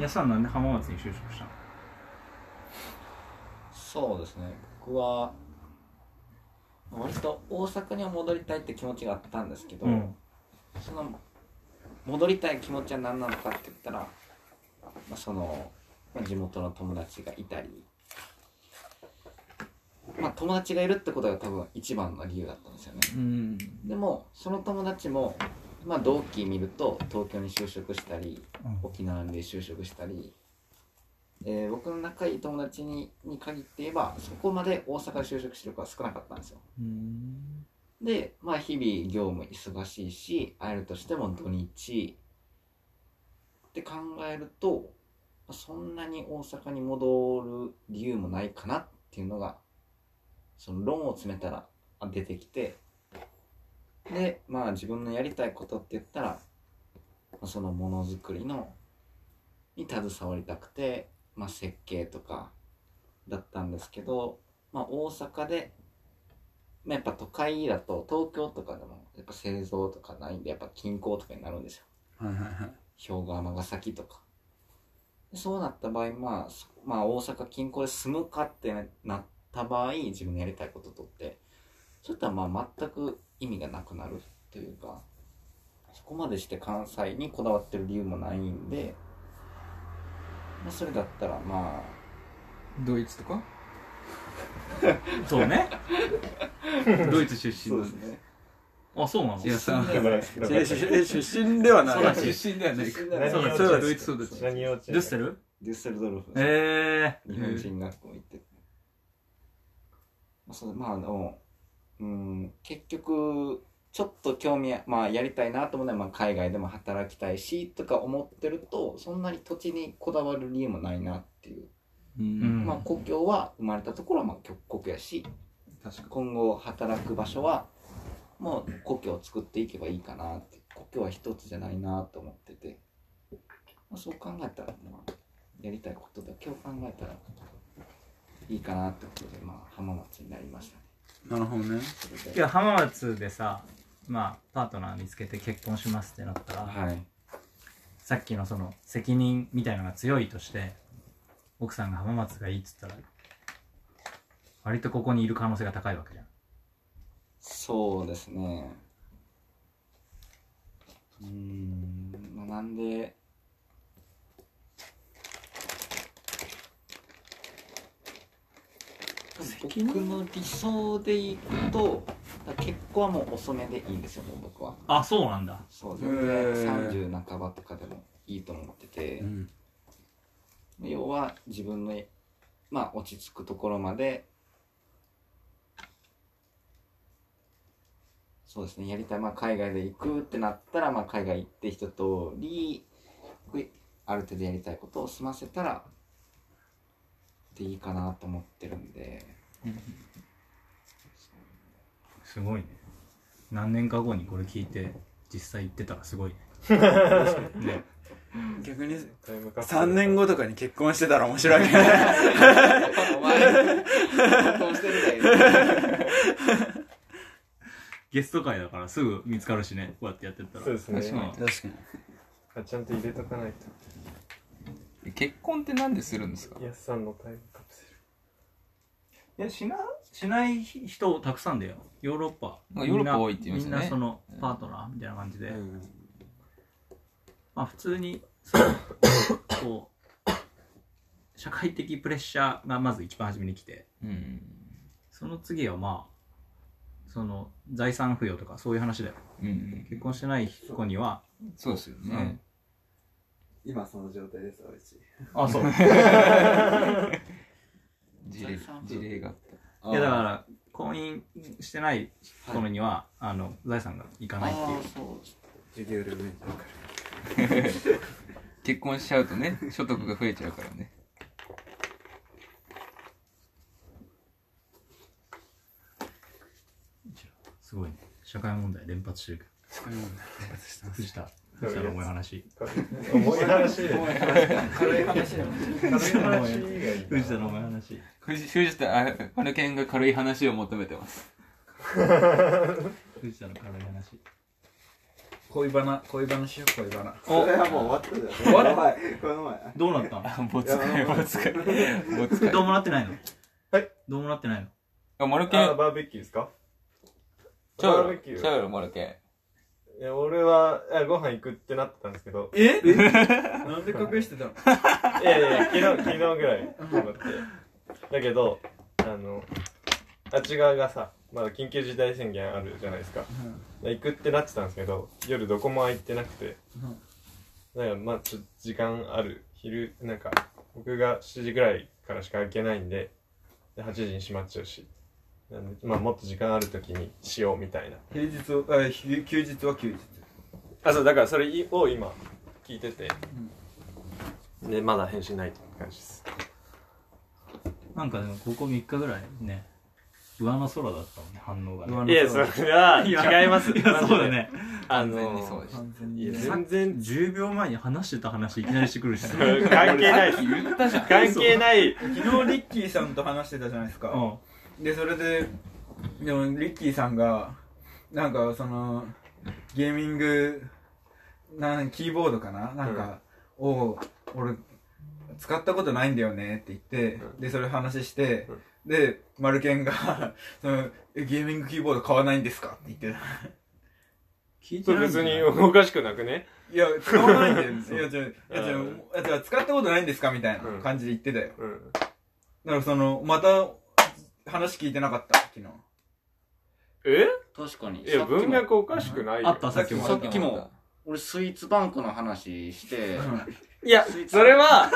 Speaker 4: やさんなんで浜松に就職したの
Speaker 8: そうですね僕は割と大阪には戻りたいって気持ちがあったんですけど、
Speaker 4: うん
Speaker 8: その戻りたい気持ちは何なのかって言ったら、まあ、その、まあ、地元の友達がいたり、まあ、友達がいるってことが多分一番の理由だったんですよね
Speaker 7: うん
Speaker 8: でもその友達も、まあ、同期見ると東京に就職したり
Speaker 4: うん
Speaker 8: 沖縄で就職したり、えー僕の仲いい友達にに限って言えばそこまで大阪で就職してる子は少なかったんですよ
Speaker 7: うん
Speaker 8: でまあ日々業務忙しいし会えるとしても土日って考えるとまあそんなに大阪に戻る理由もないかなっていうのがその論を詰めたらあ出てきてでまあ自分のやりたいことって言ったらまあそのものづくりのに携わりたくて、まあ、設計とかだったんですけど、まあ、大阪でまあ、やっぱ都会だと東京とかでもやっぱ製造とかないんでやっぱ近郊とかになるんですよ
Speaker 1: はいはいはい
Speaker 8: 兵庫尼崎とかでそうなった場合、まあ、そまあ大阪近郊で住むかってなった場合自分のやりたいこととってそういったらまあ全く意味がなくなるというかそこまでして関西にこだわってる理由もないんで、まあ、それだったらまあ
Speaker 7: ドイツとか
Speaker 4: そうね
Speaker 7: ドイツ出身なんで
Speaker 8: ね
Speaker 4: あそうなの
Speaker 7: いやさ
Speaker 1: 出身ではない
Speaker 7: 出身ではないか
Speaker 2: 何
Speaker 4: そう
Speaker 2: 幼
Speaker 4: だそう
Speaker 2: 稚
Speaker 4: だ
Speaker 7: ドイツ育ち
Speaker 2: 何幼稚園
Speaker 4: デュッセル
Speaker 8: デュッセル ドルフ
Speaker 4: ええ
Speaker 8: 日本人学校行ってて、まあそうまあでもうん結局ちょっと興味あまあやりたいなと思うのは、まあ、海外でも働きたいしとか思ってるとそんなに土地にこだわる理由もないなっていう、
Speaker 7: う
Speaker 4: うんん
Speaker 8: まあ故郷は生まれたところはまあ故郷やし
Speaker 7: 確かに
Speaker 8: 今後働く場所はもう故郷を作っていけばいいかなって故郷は一つじゃないなと思ってて、まあ、そう考えたら、まあ、やりたいことだけを考えたらいいかなってことで、まあ、浜松になりましたね
Speaker 1: なるほどね
Speaker 8: それ
Speaker 4: い
Speaker 8: で
Speaker 4: や浜松でさまあパートナー見つけて結婚しますってなったら、
Speaker 8: はい
Speaker 4: さっきのその責任みたいのが強いとして奥さんが浜松がいいっつったら割とここにいる可能性が高いわけじゃん
Speaker 8: そうですねうーんまあなんで僕の理想でいくとだから結婚はもう遅めでいいんですよね僕は
Speaker 4: あそうなんだ
Speaker 8: そう全然30半ばとかでもいいと思ってて、
Speaker 1: うん
Speaker 8: 要は自分のまあ落ち着くところまでそうですねやりたい、まあ、海外で行くってなったら、まあ、海外行って一通りくある程度やりたいことを済ませたらでいいかなと思ってるんで
Speaker 4: すごいね何年か後にこれ聞いて実際行ってたらすごいね ね
Speaker 1: 逆に
Speaker 2: タイムカプセル
Speaker 1: 3年後とかに結婚してたら面白いね
Speaker 8: お前結婚してるだよ
Speaker 4: ゲスト会だからすぐ見つかるしねこうやってやってったら
Speaker 2: そうですね
Speaker 7: 確かに
Speaker 1: 確かに
Speaker 2: あちゃんと入れとかないと
Speaker 7: 結婚ってなんでするんですか
Speaker 2: やっさんのタイムカプセ
Speaker 4: いやしなしない人たくさんだよヨーロッパ
Speaker 7: まあヨーロッパ多いって言いますよね
Speaker 4: みんなそのパートナーみたいな感じで、
Speaker 1: ん
Speaker 4: まあ普通にその こう社会的プレッシャーがまず一番初めに来て
Speaker 7: うん
Speaker 4: その次はまあその財産付与とかそういう話だよ
Speaker 7: うん
Speaker 4: 結婚してない子には
Speaker 7: そうですよね
Speaker 10: 今その状態です、おいち。
Speaker 4: あ そう
Speaker 7: 事例事例があった
Speaker 4: いやだから婚姻してない頃には、あの財産がいか
Speaker 8: あ
Speaker 4: ないって
Speaker 8: あ
Speaker 4: いう
Speaker 8: そう
Speaker 10: 授業料免除か
Speaker 7: 結婚しちゃうとね所得が増えちゃうからね
Speaker 4: すごいね社会問題連発してるけど藤田藤田の重い話
Speaker 2: ル重い話
Speaker 10: 軽い話だよね。
Speaker 2: 軽い話がいいな
Speaker 4: 藤田の重い話
Speaker 7: 藤藤田あパルケンが軽い話を求めてます
Speaker 4: 藤田の軽い話
Speaker 6: 恋バナ恋バナしよう恋バナ
Speaker 10: それはもう終わったじゃん終わる前この前
Speaker 4: どうなったの
Speaker 7: ボツ かよ、ボツかよ。ボツか
Speaker 4: どう
Speaker 7: よ。
Speaker 4: もなってないの
Speaker 5: はい
Speaker 4: どうもなってないの
Speaker 7: あマルケ
Speaker 5: あ
Speaker 7: ン、
Speaker 5: バーベキューですか
Speaker 7: ちゃ
Speaker 5: バ
Speaker 7: う
Speaker 5: ー
Speaker 7: よ
Speaker 5: ベキュー
Speaker 7: ちゃうよ、マルケン。
Speaker 5: いや俺はあご飯行くってなってたんですけど
Speaker 6: えなんで隠してたの
Speaker 5: いやいや昨日昨日ぐらい思ってだけどあのあっち側がさまだ緊急事態宣言あるじゃないですか、行くってなってたんですけど夜どこも空いてなくて、だからまあちょっと時間ある昼なんか僕が7時ぐらいからしか空けないんでで8時に閉まっちゃうしなんでまあもっと時間ある時にしようみたいな
Speaker 6: 平日をあひ休日は休日
Speaker 5: あそうだからそれを今聞いてて、でまだ返信ないって感じです
Speaker 4: なんかでもここ3日ぐらいね上の空だったもんね反応がね
Speaker 6: 上の
Speaker 5: いやそれはい違
Speaker 4: や
Speaker 5: います
Speaker 4: いやそうだね
Speaker 5: あ
Speaker 7: 完全
Speaker 5: の
Speaker 7: にそうでした。
Speaker 5: いや全然
Speaker 4: 10秒前に話してた話いきなりしてくるしね
Speaker 5: 関係ない
Speaker 7: 言ったじゃん。
Speaker 5: 関係ない
Speaker 6: 昨日リッキーさんと話してたじゃないですか、
Speaker 4: うん
Speaker 6: でそれででもリッキーさんがなんかそのゲーミングなんキーボードかななんか、を俺使ったことないんだよねって言って、でそれ話して、でマルケンが そのえゲーミングキーボード買わないんですかって言ってた
Speaker 4: 聞いて
Speaker 5: それ
Speaker 4: ないん
Speaker 5: 別
Speaker 4: じゃない
Speaker 5: におかしくなくね
Speaker 6: いや使わないんだよいやじゃいやじゃ
Speaker 5: うん
Speaker 6: いやじゃ使ったことないんですかみたいな感じで言ってたよ、
Speaker 5: うん
Speaker 6: だからそのまた話聞いてなかった昨日
Speaker 5: え
Speaker 8: 確かに
Speaker 5: いや
Speaker 8: さっきも
Speaker 5: 文脈おかしくない
Speaker 4: あ
Speaker 5: よ
Speaker 4: ったさっきも
Speaker 8: さっきも俺スイーツバンクの 話して
Speaker 5: いやそれは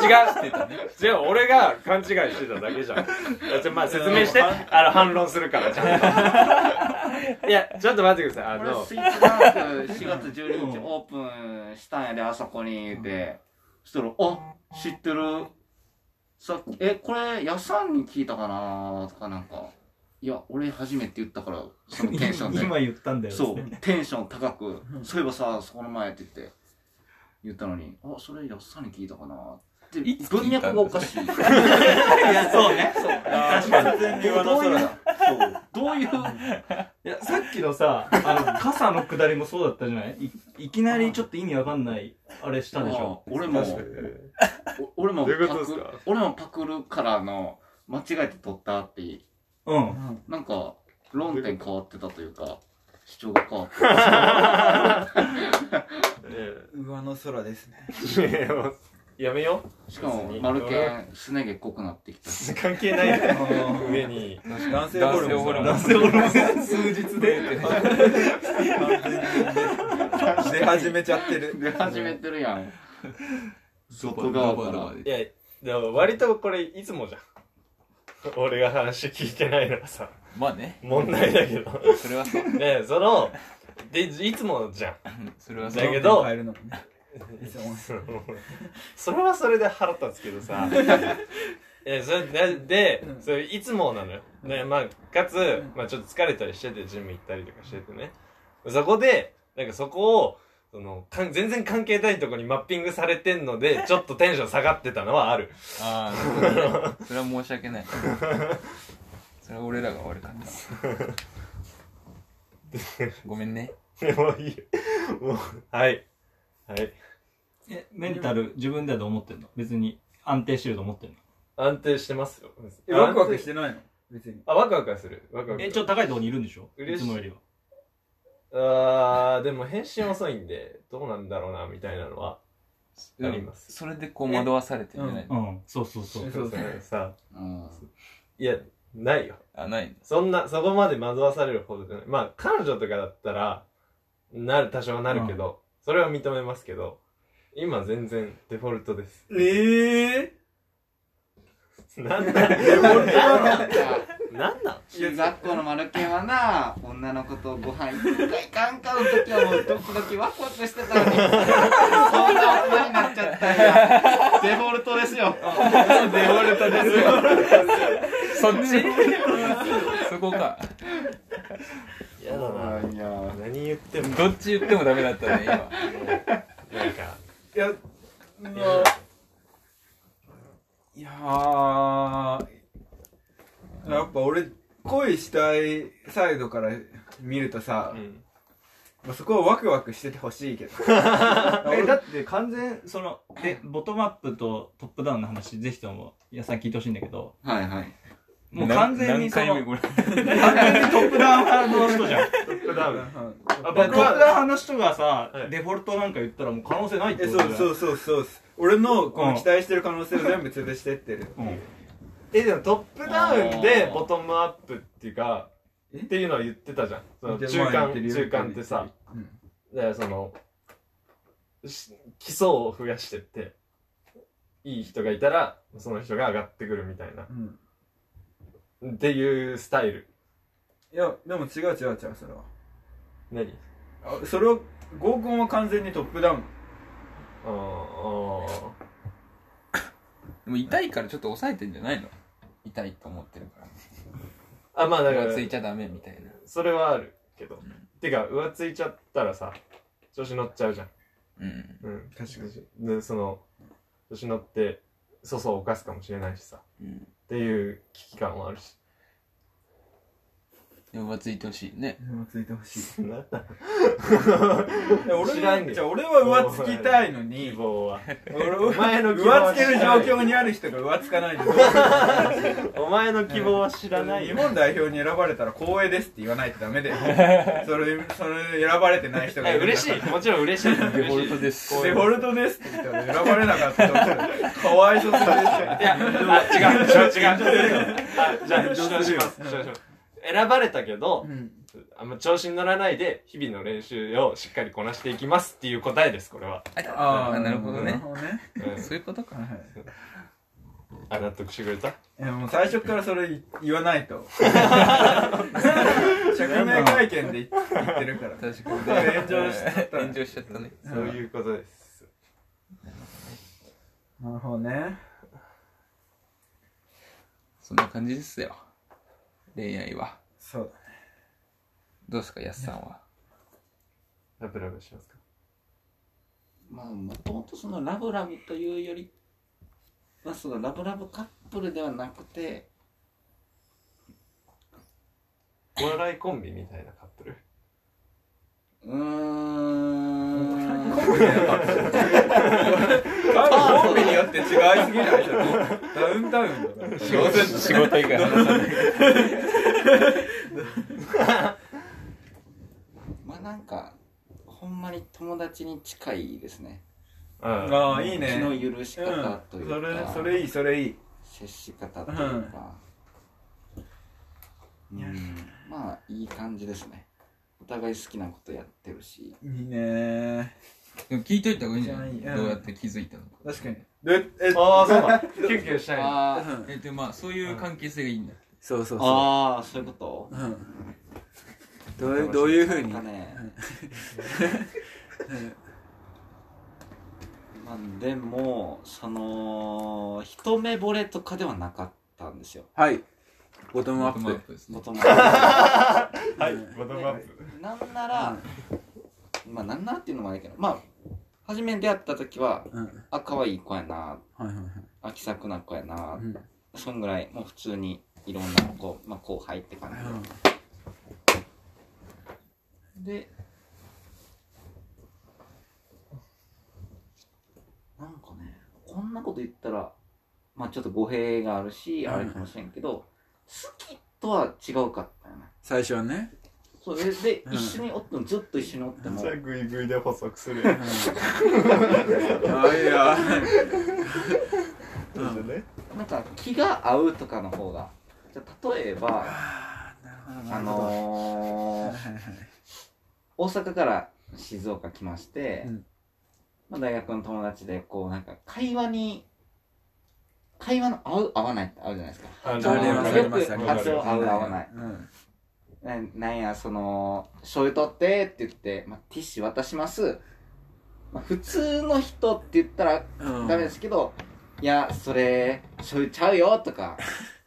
Speaker 5: 違う違う俺が勘違いしてただけじゃんいやちょまあ説明してあの反論するからちゃん といやちょっと待ってくださいあ
Speaker 8: 俺
Speaker 5: の
Speaker 8: スイーツバンク4月12日オープンしたんやであそこに言うてそしたら「あ知ってるさっきえこれ屋さんに聞いたかな?」とかなんか「いや俺初めて言ったからそのテンションで
Speaker 4: 今言ったんだよ
Speaker 8: そうテンション高くそういえばさそこの前って言って言ったのに「あそれやっさんに聞いたかな?」って
Speaker 7: いつ聞
Speaker 8: 文
Speaker 7: いた
Speaker 8: 脈がおかしい
Speaker 4: いやそうね
Speaker 8: どういうそうどういう
Speaker 4: いや さっきのさあの傘の下りもそうだったじゃないいいきなりちょっと意味わかんないあれしたでしょ
Speaker 8: あ俺もお俺も
Speaker 5: どういうこ
Speaker 8: パ
Speaker 5: とです
Speaker 8: ク
Speaker 5: か
Speaker 8: 俺もパクるからの間違えて取ったってい
Speaker 4: うん
Speaker 8: うなんか論点変わってたというか主張が変わって
Speaker 6: 上の空ですね
Speaker 5: いやもうやめよう
Speaker 8: しかも丸犬すね毛濃くなってき たし
Speaker 5: 関係ないよ上に
Speaker 6: 男性ホ
Speaker 7: 男
Speaker 6: ル
Speaker 7: 性
Speaker 6: モン
Speaker 7: ホルモン
Speaker 4: 男。性ホルモン
Speaker 7: 数日で。
Speaker 6: 出始めちゃってる
Speaker 8: 出始めてるやん
Speaker 7: ド
Speaker 8: 外側から
Speaker 5: いや、でも割とこれいつもじゃん。俺が話聞いてないのはさ、
Speaker 7: まあね。
Speaker 5: 問題だけど。
Speaker 7: それはそう。
Speaker 5: ねえその、で、いつもじゃん。
Speaker 7: それはそう
Speaker 5: だ。けど
Speaker 6: 変、えるのもね
Speaker 5: それはそれで腹立つけど さ。えそれで、で、それいつもなのよ。ね、まあ、かつ、まあちょっと疲れたりしてて、ジム行ったりとかしててね。そこで、なんかそこを、その、かん全然関係ないとこにマッピングされてんの で、ちょっとテンション下がってたのはある。
Speaker 7: ああ、なるほどねそれは申し訳ない。それは俺らが悪かった。ごめんね。
Speaker 5: もういいよ。もう、はい。はい。
Speaker 4: えメンタル自分ではどう思ってんの別に安定してると思ってんの
Speaker 5: 安定してますよ。。
Speaker 6: えワクワクしててないの別に
Speaker 5: あ、ワクワクはする。ワクワク。
Speaker 4: えちょっと高いとこにいるんでしょい
Speaker 5: 嬉し
Speaker 4: つ
Speaker 5: い
Speaker 4: もよりは
Speaker 5: あー、でも返信遅いんで、どうなんだろうな、みたいなのは。
Speaker 7: で
Speaker 5: あり
Speaker 7: も
Speaker 5: ます
Speaker 7: それでこう惑わされてるじゃない
Speaker 4: うんそうそうそう
Speaker 6: そうそう
Speaker 5: さ、
Speaker 8: うん
Speaker 5: いや、ないよ。
Speaker 7: あ、ない。
Speaker 5: そんな、そこまで惑わされるほどじゃない。まあ、彼女とかだったら、なる、多少はなるけど、それは認めますけど、今全然デフォルトです。
Speaker 6: ええ
Speaker 5: なんだ
Speaker 8: なんか
Speaker 5: なんなん
Speaker 8: 中学校のマルケンはな女の子とご飯行くかいかんかの時はもうドキドキワクワクしてたのにそんな大人になっちゃったんやデフォルトですよ
Speaker 5: デフォルトですよ。
Speaker 7: そっちそこか。
Speaker 5: やだな。
Speaker 8: いや
Speaker 5: 何言っても、
Speaker 7: どっち言ってもダメだったね、今。
Speaker 5: なんか、
Speaker 6: いやいやーやっぱ俺恋したいサイドから見るとさ、
Speaker 5: うん
Speaker 6: まあ、そこはワクワクしててほしいけどえだって完全
Speaker 4: そのでボトムアップとトップダウンの話ぜひとも矢さん聞いてほしいんだけど
Speaker 8: はいはい。
Speaker 4: もう完全にその
Speaker 7: 何回目これ
Speaker 4: 完全にトップダウン派の人じゃん
Speaker 5: トップダウン。あ、
Speaker 4: トップ
Speaker 5: 僕
Speaker 4: ダウン
Speaker 5: は、
Speaker 4: 派の人がさ、
Speaker 5: はい
Speaker 4: デフォルトなんか言ったらもう可能性ないって
Speaker 6: え
Speaker 4: こ
Speaker 6: そ
Speaker 4: と
Speaker 6: う
Speaker 4: だ、
Speaker 6: そううそうそうっす俺のこ
Speaker 4: うん
Speaker 6: の期待してる可能性を全部潰してってる
Speaker 4: うん、
Speaker 5: え、でもトップダウンでボトムアップっていうか、
Speaker 6: え
Speaker 5: っていうのは言ってたじゃん。その
Speaker 6: で
Speaker 5: 中
Speaker 6: まあ
Speaker 5: 間、
Speaker 6: 言ってるよ
Speaker 5: 中間ってさ
Speaker 6: 言っ。
Speaker 5: だからその、し基礎を増やしてって、いい人がいたら、その人が上がってくるみたいな。
Speaker 6: うん
Speaker 5: っていうスタイル。
Speaker 6: いやでも違う違う違うそれは
Speaker 5: 何
Speaker 6: あそれを合コンは完全にトップダウン
Speaker 5: あーあ
Speaker 7: でも痛いからちょっと抑えてんじゃないの痛いと思ってるから
Speaker 5: ー。あ、まあだか
Speaker 7: 浮
Speaker 5: ら
Speaker 7: つ、いちゃダメみたいな
Speaker 5: それはあるけど。てか、浮ついちゃったらさ、調子乗っちゃうじゃん。
Speaker 7: うん
Speaker 5: うん。確かに。で、その、調子乗って、粗相を犯すかもしれないしさ。
Speaker 7: うん
Speaker 5: っていう危機感もあるし。
Speaker 7: でも浮ついてほしいね
Speaker 6: 浮ついてほしい
Speaker 5: なんだ
Speaker 6: いや俺
Speaker 5: 知らんよ
Speaker 6: はじゃあ俺は浮つきたいの
Speaker 5: 希
Speaker 6: に
Speaker 5: 望は。
Speaker 6: 俺
Speaker 5: お
Speaker 6: は
Speaker 5: 前の希望
Speaker 6: 浮
Speaker 5: は
Speaker 6: つ
Speaker 5: 知
Speaker 6: ける
Speaker 5: らない
Speaker 6: 状況にある人が浮つかないでどう
Speaker 5: お前の希望は知らない
Speaker 6: 日
Speaker 5: よ。
Speaker 6: 本代表に選ばれたら光栄ですって言わないとダメ でそれそれ選ばれてない人が
Speaker 5: はい
Speaker 6: るんだ
Speaker 5: 嬉しい。もちろん嬉しい。デ
Speaker 7: デフォルトです
Speaker 6: デフォルトですって言ったら選ばれなかったらかわいそうですよ
Speaker 5: いや、あ、違う、違う、違う。あ、じゃあ、主張します。主張します。選ばれたけど、あんま調子に乗らないで、日々の練習をしっかりこなしていきますっていう答えです、これは。
Speaker 7: あ
Speaker 6: あ
Speaker 7: あなるほど
Speaker 6: なる
Speaker 7: ね
Speaker 6: ほどね
Speaker 5: うん
Speaker 7: そういうことか
Speaker 6: はいはい
Speaker 5: あ、納得してくれた
Speaker 6: いやもう最初からそれ言わな いと釈明会見で言ってるから
Speaker 7: 確かに
Speaker 6: 炎上しちゃった
Speaker 7: 炎上しちゃったね
Speaker 5: そういうことです。
Speaker 6: なるほどね
Speaker 7: そんな感じですよ恋愛は
Speaker 6: そう
Speaker 7: どうですかやすさんは
Speaker 5: ラブラブしますか
Speaker 8: まあ、もともとそのラブラブというよりは、そのラブラブカップルではなくて、
Speaker 5: お笑いコンビみたいなカップル。
Speaker 8: うーん。
Speaker 6: だあコンビによって違いすぎないじゃんダウンタウンとか
Speaker 7: 仕事仕事以外話さない
Speaker 8: まあなんか、ほんまに友達に近いですね。
Speaker 5: うん。
Speaker 6: ああいいね
Speaker 8: 気の許し
Speaker 6: う
Speaker 8: 方
Speaker 6: ん
Speaker 8: というか、
Speaker 6: それそれいいそれいい
Speaker 8: 接し方というか、うんまあいい感じですね。お互い好きなことやってるし、
Speaker 6: いいね
Speaker 7: でも聞いといた方がいいんじゃない
Speaker 6: じゃあいいうん
Speaker 7: どうやって気づいたのか
Speaker 6: 確かにでえ
Speaker 5: ああ、そうだ。キュンキュンしたいな。
Speaker 8: あ
Speaker 7: えでまあそういう関係性がいいんだ
Speaker 1: そうそうそ
Speaker 8: あーそういうこと
Speaker 1: う、うん、どういうどういうふうに
Speaker 8: なんかねまあでもその一目惚れとかではなかったんですよ
Speaker 1: はいボトムア
Speaker 7: ボ
Speaker 1: ッ
Speaker 7: トムアッ
Speaker 1: プ
Speaker 7: プですね
Speaker 8: もともと
Speaker 5: はい、ボトムアップ。
Speaker 8: なんなら、まあなんならっていうのもあるけどまあ初め出会った時は
Speaker 1: うんはい
Speaker 8: あ可愛い子やな
Speaker 1: はいはい
Speaker 8: あ気さくな子やな、
Speaker 1: うん
Speaker 8: そんぐらいもう普通にいろんな子、まあ、後輩って感じで、でなんかねこんなこと言ったらまあちょっと語弊があるし、
Speaker 1: うん
Speaker 8: あれかもしれんけど好きとは違うかったよね
Speaker 1: 最初はね
Speaker 8: そうでで、
Speaker 1: うん
Speaker 8: 一緒におってもずっと一緒におっても
Speaker 5: ゃグイグイで補足する。
Speaker 1: ああいや
Speaker 8: なんか気が合うとかの方がじゃあ例えばあのー大阪から静岡来まして、
Speaker 1: うん
Speaker 8: まあ、大学の友達でこうなんか会話に会話の合う合わないって合うじゃないですか
Speaker 5: あ
Speaker 1: ありますありますあります
Speaker 8: よく発音合う合わない
Speaker 1: うん
Speaker 8: ななんやその醤油取ってって言って、まあ、ティッシュ渡します、まあ、普通の人って言ったら
Speaker 1: うん
Speaker 8: ダメですけど、いやそれ醤油ちゃうよとか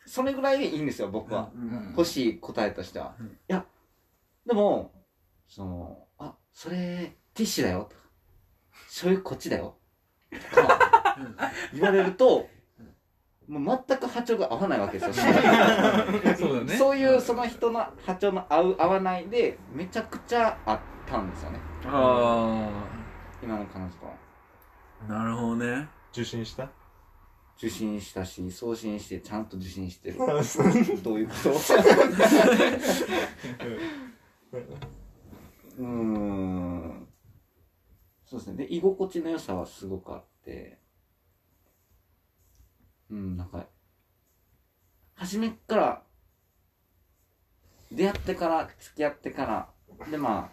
Speaker 8: それぐらいでいいんですよ僕は、
Speaker 7: うん
Speaker 8: 欲しい答えとしては、
Speaker 1: うん
Speaker 8: いやでもそのあそれティッシュだよとか醤油こっちだよとか言われるともう全く波長が合わないわけですよ
Speaker 7: そうだね
Speaker 8: そういうその人の波長の合う合わないでめちゃくちゃあったんですよね
Speaker 9: あ
Speaker 8: 今の彼女とは
Speaker 9: あなるほどね
Speaker 5: 受信した
Speaker 8: 受信したし送信してちゃんと受信してるどういうことうーんそうですねで居心地の良さはすごくあってうんなんか初めっから出会ってから付き合ってからでまあま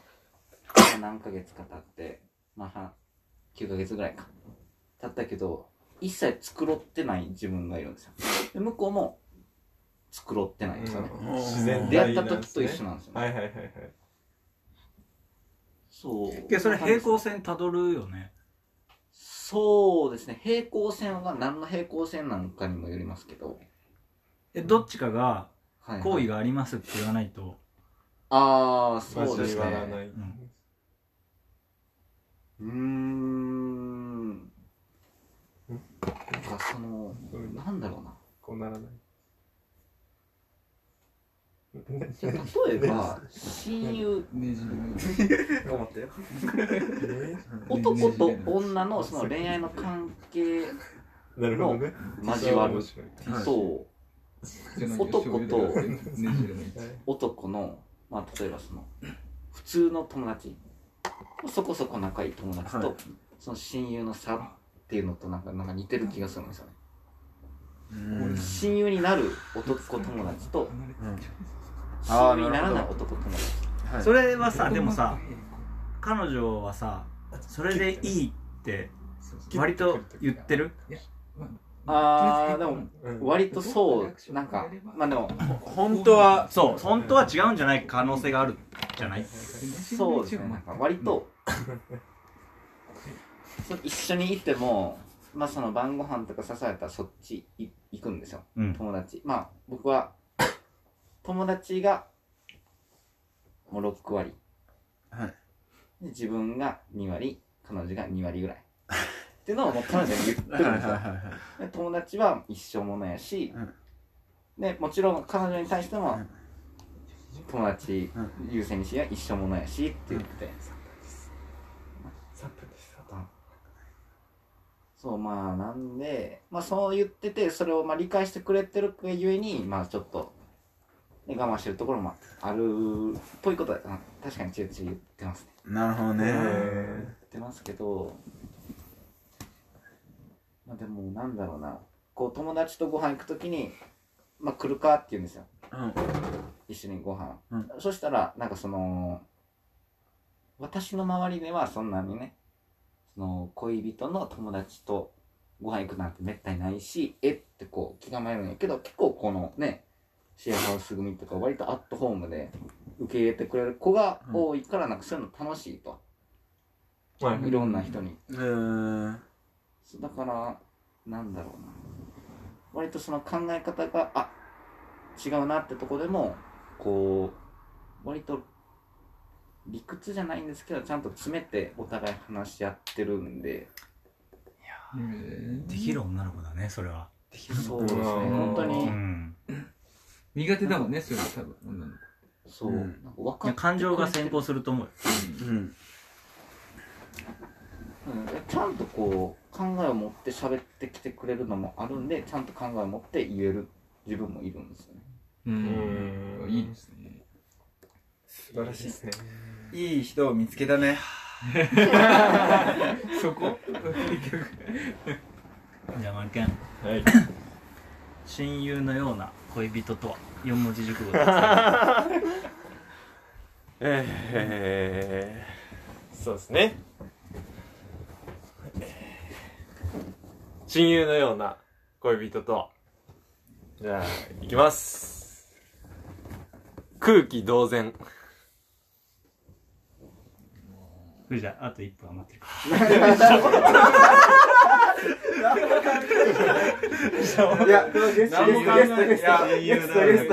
Speaker 8: あ何ヶ月か経ってまあは9ヶ月ぐらいか経ったけど一切繕ってない自分がいるんですよ。で向こうも繕ってないんですよね。
Speaker 5: 自然
Speaker 8: 出会った時と一緒なんですよね。
Speaker 5: はいはいはいはい
Speaker 8: そう。
Speaker 4: いや、それ平行線たどるよね。
Speaker 8: そうですね。平行線は何の平行線なのかにもよりますけど。
Speaker 4: え、どっちかが、
Speaker 8: はい、はい。
Speaker 4: 好意がありますって言わないと、
Speaker 8: ああ、そうです
Speaker 5: 交わらな
Speaker 8: ね。
Speaker 5: い
Speaker 4: うん
Speaker 8: うーん。なんかその、なんだろうな。
Speaker 5: こうならない
Speaker 8: 例えば、親友、
Speaker 7: ねじれ
Speaker 10: 思 ったよ
Speaker 8: 男と女のその恋愛の関係
Speaker 5: なるほどね
Speaker 8: 交わる。
Speaker 5: 面白い
Speaker 8: そう。
Speaker 7: ない
Speaker 8: 男と
Speaker 7: ねじれない
Speaker 8: 男の、まあ、例えばその 普通の友達そこそこ仲いい友達と、その親友の差っていうのとなんかなんか似てる気がするんですよね、親友になる男友達と、親友にならない男友達
Speaker 4: それはさ、でもさ、彼女はさ、それでいいって、割と言ってる
Speaker 8: ああでも割とそうなんかまあでも
Speaker 6: 本当は
Speaker 4: そう、本当は違うんじゃない可能性があるじゃない
Speaker 8: そうですねなんか割とその一緒にいてもまあその晩ご飯とか誘われたらそっちい行くんですよ
Speaker 4: うん。
Speaker 8: 友達まあ僕は友達がもう6割、
Speaker 1: はい
Speaker 8: で自分が2割彼女が2割ぐらいっていうのをもう彼女に言ってるんですよ、で友達は一生ものやし、でもちろん彼女に対しても、友達優先にしや一生ものやしって言って、そうまあなんでまあそう言っててそれをまあ理解してくれてるがゆえにまあちょっと、ね、我慢してるところもあるっぽいことはうん確かにちゅうちゅう言ってますね
Speaker 1: なるほどね
Speaker 8: 言ってますけどまあでもなんだろうなこう友達とご飯行くときに「まあ来るか?」って言うんですよ、
Speaker 1: うん
Speaker 8: 一緒にご飯、
Speaker 1: うん
Speaker 8: そしたらなんかその私の周りではそんなにねその恋人の友達とご飯行くなんてめったにないしえってこう気構えるんやけど結構このねシェアハウス組とか割とアットホームで受け入れてくれる子が多いからなんかそういうの楽しいと、
Speaker 5: はい
Speaker 8: いろんな人に
Speaker 1: うん
Speaker 8: そうだからなんだろうな割とその考え方があ違うなってとこでもこう割と理屈じゃないんですけどちゃんと詰めてお互い話し合ってるんで
Speaker 4: できる女の子だね、それは。
Speaker 8: そうですね
Speaker 5: うん
Speaker 8: 本当
Speaker 4: う
Speaker 8: に
Speaker 4: ん。
Speaker 7: 苦手だもんねそれは多分女の子
Speaker 8: そう、
Speaker 1: うん
Speaker 8: なんか分
Speaker 4: い
Speaker 8: かっ
Speaker 4: や感情が先行すると思うよ。
Speaker 1: うん
Speaker 8: うんちゃんとこう考えを持って喋ってきてくれるのもあるんでちゃんと考えを持って言える自分もいるんですよね
Speaker 7: う
Speaker 5: うんん
Speaker 7: いいですね
Speaker 5: 素晴らしいですね
Speaker 6: いい人を見つけたね
Speaker 7: そこ
Speaker 4: じゃあ、マルケン、
Speaker 5: はい
Speaker 4: 親友のような恋人とは、4文字熟語ですね。
Speaker 5: えー、そうですね。親友のような恋人と、じゃあ、いきます。空気同然。
Speaker 4: それじゃあ、あと1分余ってるか
Speaker 10: いや、でもゲスト、ゲスト、ゲスト、ゲスト、
Speaker 4: ら。親友のような恋人と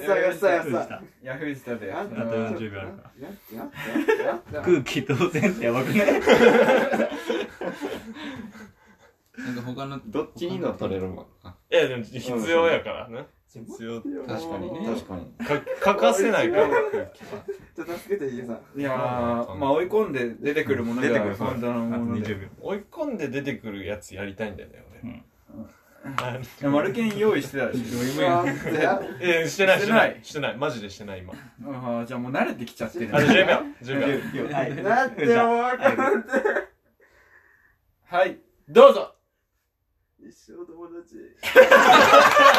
Speaker 10: やったやったやっ。
Speaker 4: どうしたた
Speaker 6: ヤフースタで
Speaker 10: あと
Speaker 4: あと40秒あるから
Speaker 10: やったやったやった。
Speaker 4: 空気当然ってやばくない
Speaker 7: なんか他の
Speaker 8: どっちにの取れるもん
Speaker 5: いや、でも必要やからね。必要か
Speaker 7: 確かにね
Speaker 10: 確かに。
Speaker 5: 欠かせないから
Speaker 10: じゃあ助けて、ヒゲさん。
Speaker 6: いやー、まあ追い込んで出てくるものが
Speaker 4: 出てくる
Speaker 6: 本当の
Speaker 4: あと
Speaker 6: もので。
Speaker 4: 20秒
Speaker 5: 追い込んで出てくるやつやりたいんだよね俺、
Speaker 6: いやマルケン用意してたでし
Speaker 10: あー じゃあ
Speaker 5: えしてない
Speaker 6: し
Speaker 5: してて
Speaker 6: な
Speaker 5: ないいしてないマジでしてない今
Speaker 6: ょ。ああ、じゃあもう慣れてきちゃってる
Speaker 5: あと
Speaker 6: ね。
Speaker 5: 10秒10秒
Speaker 10: だってもう分かんない
Speaker 6: はい。
Speaker 5: どうぞ
Speaker 10: 一生友達。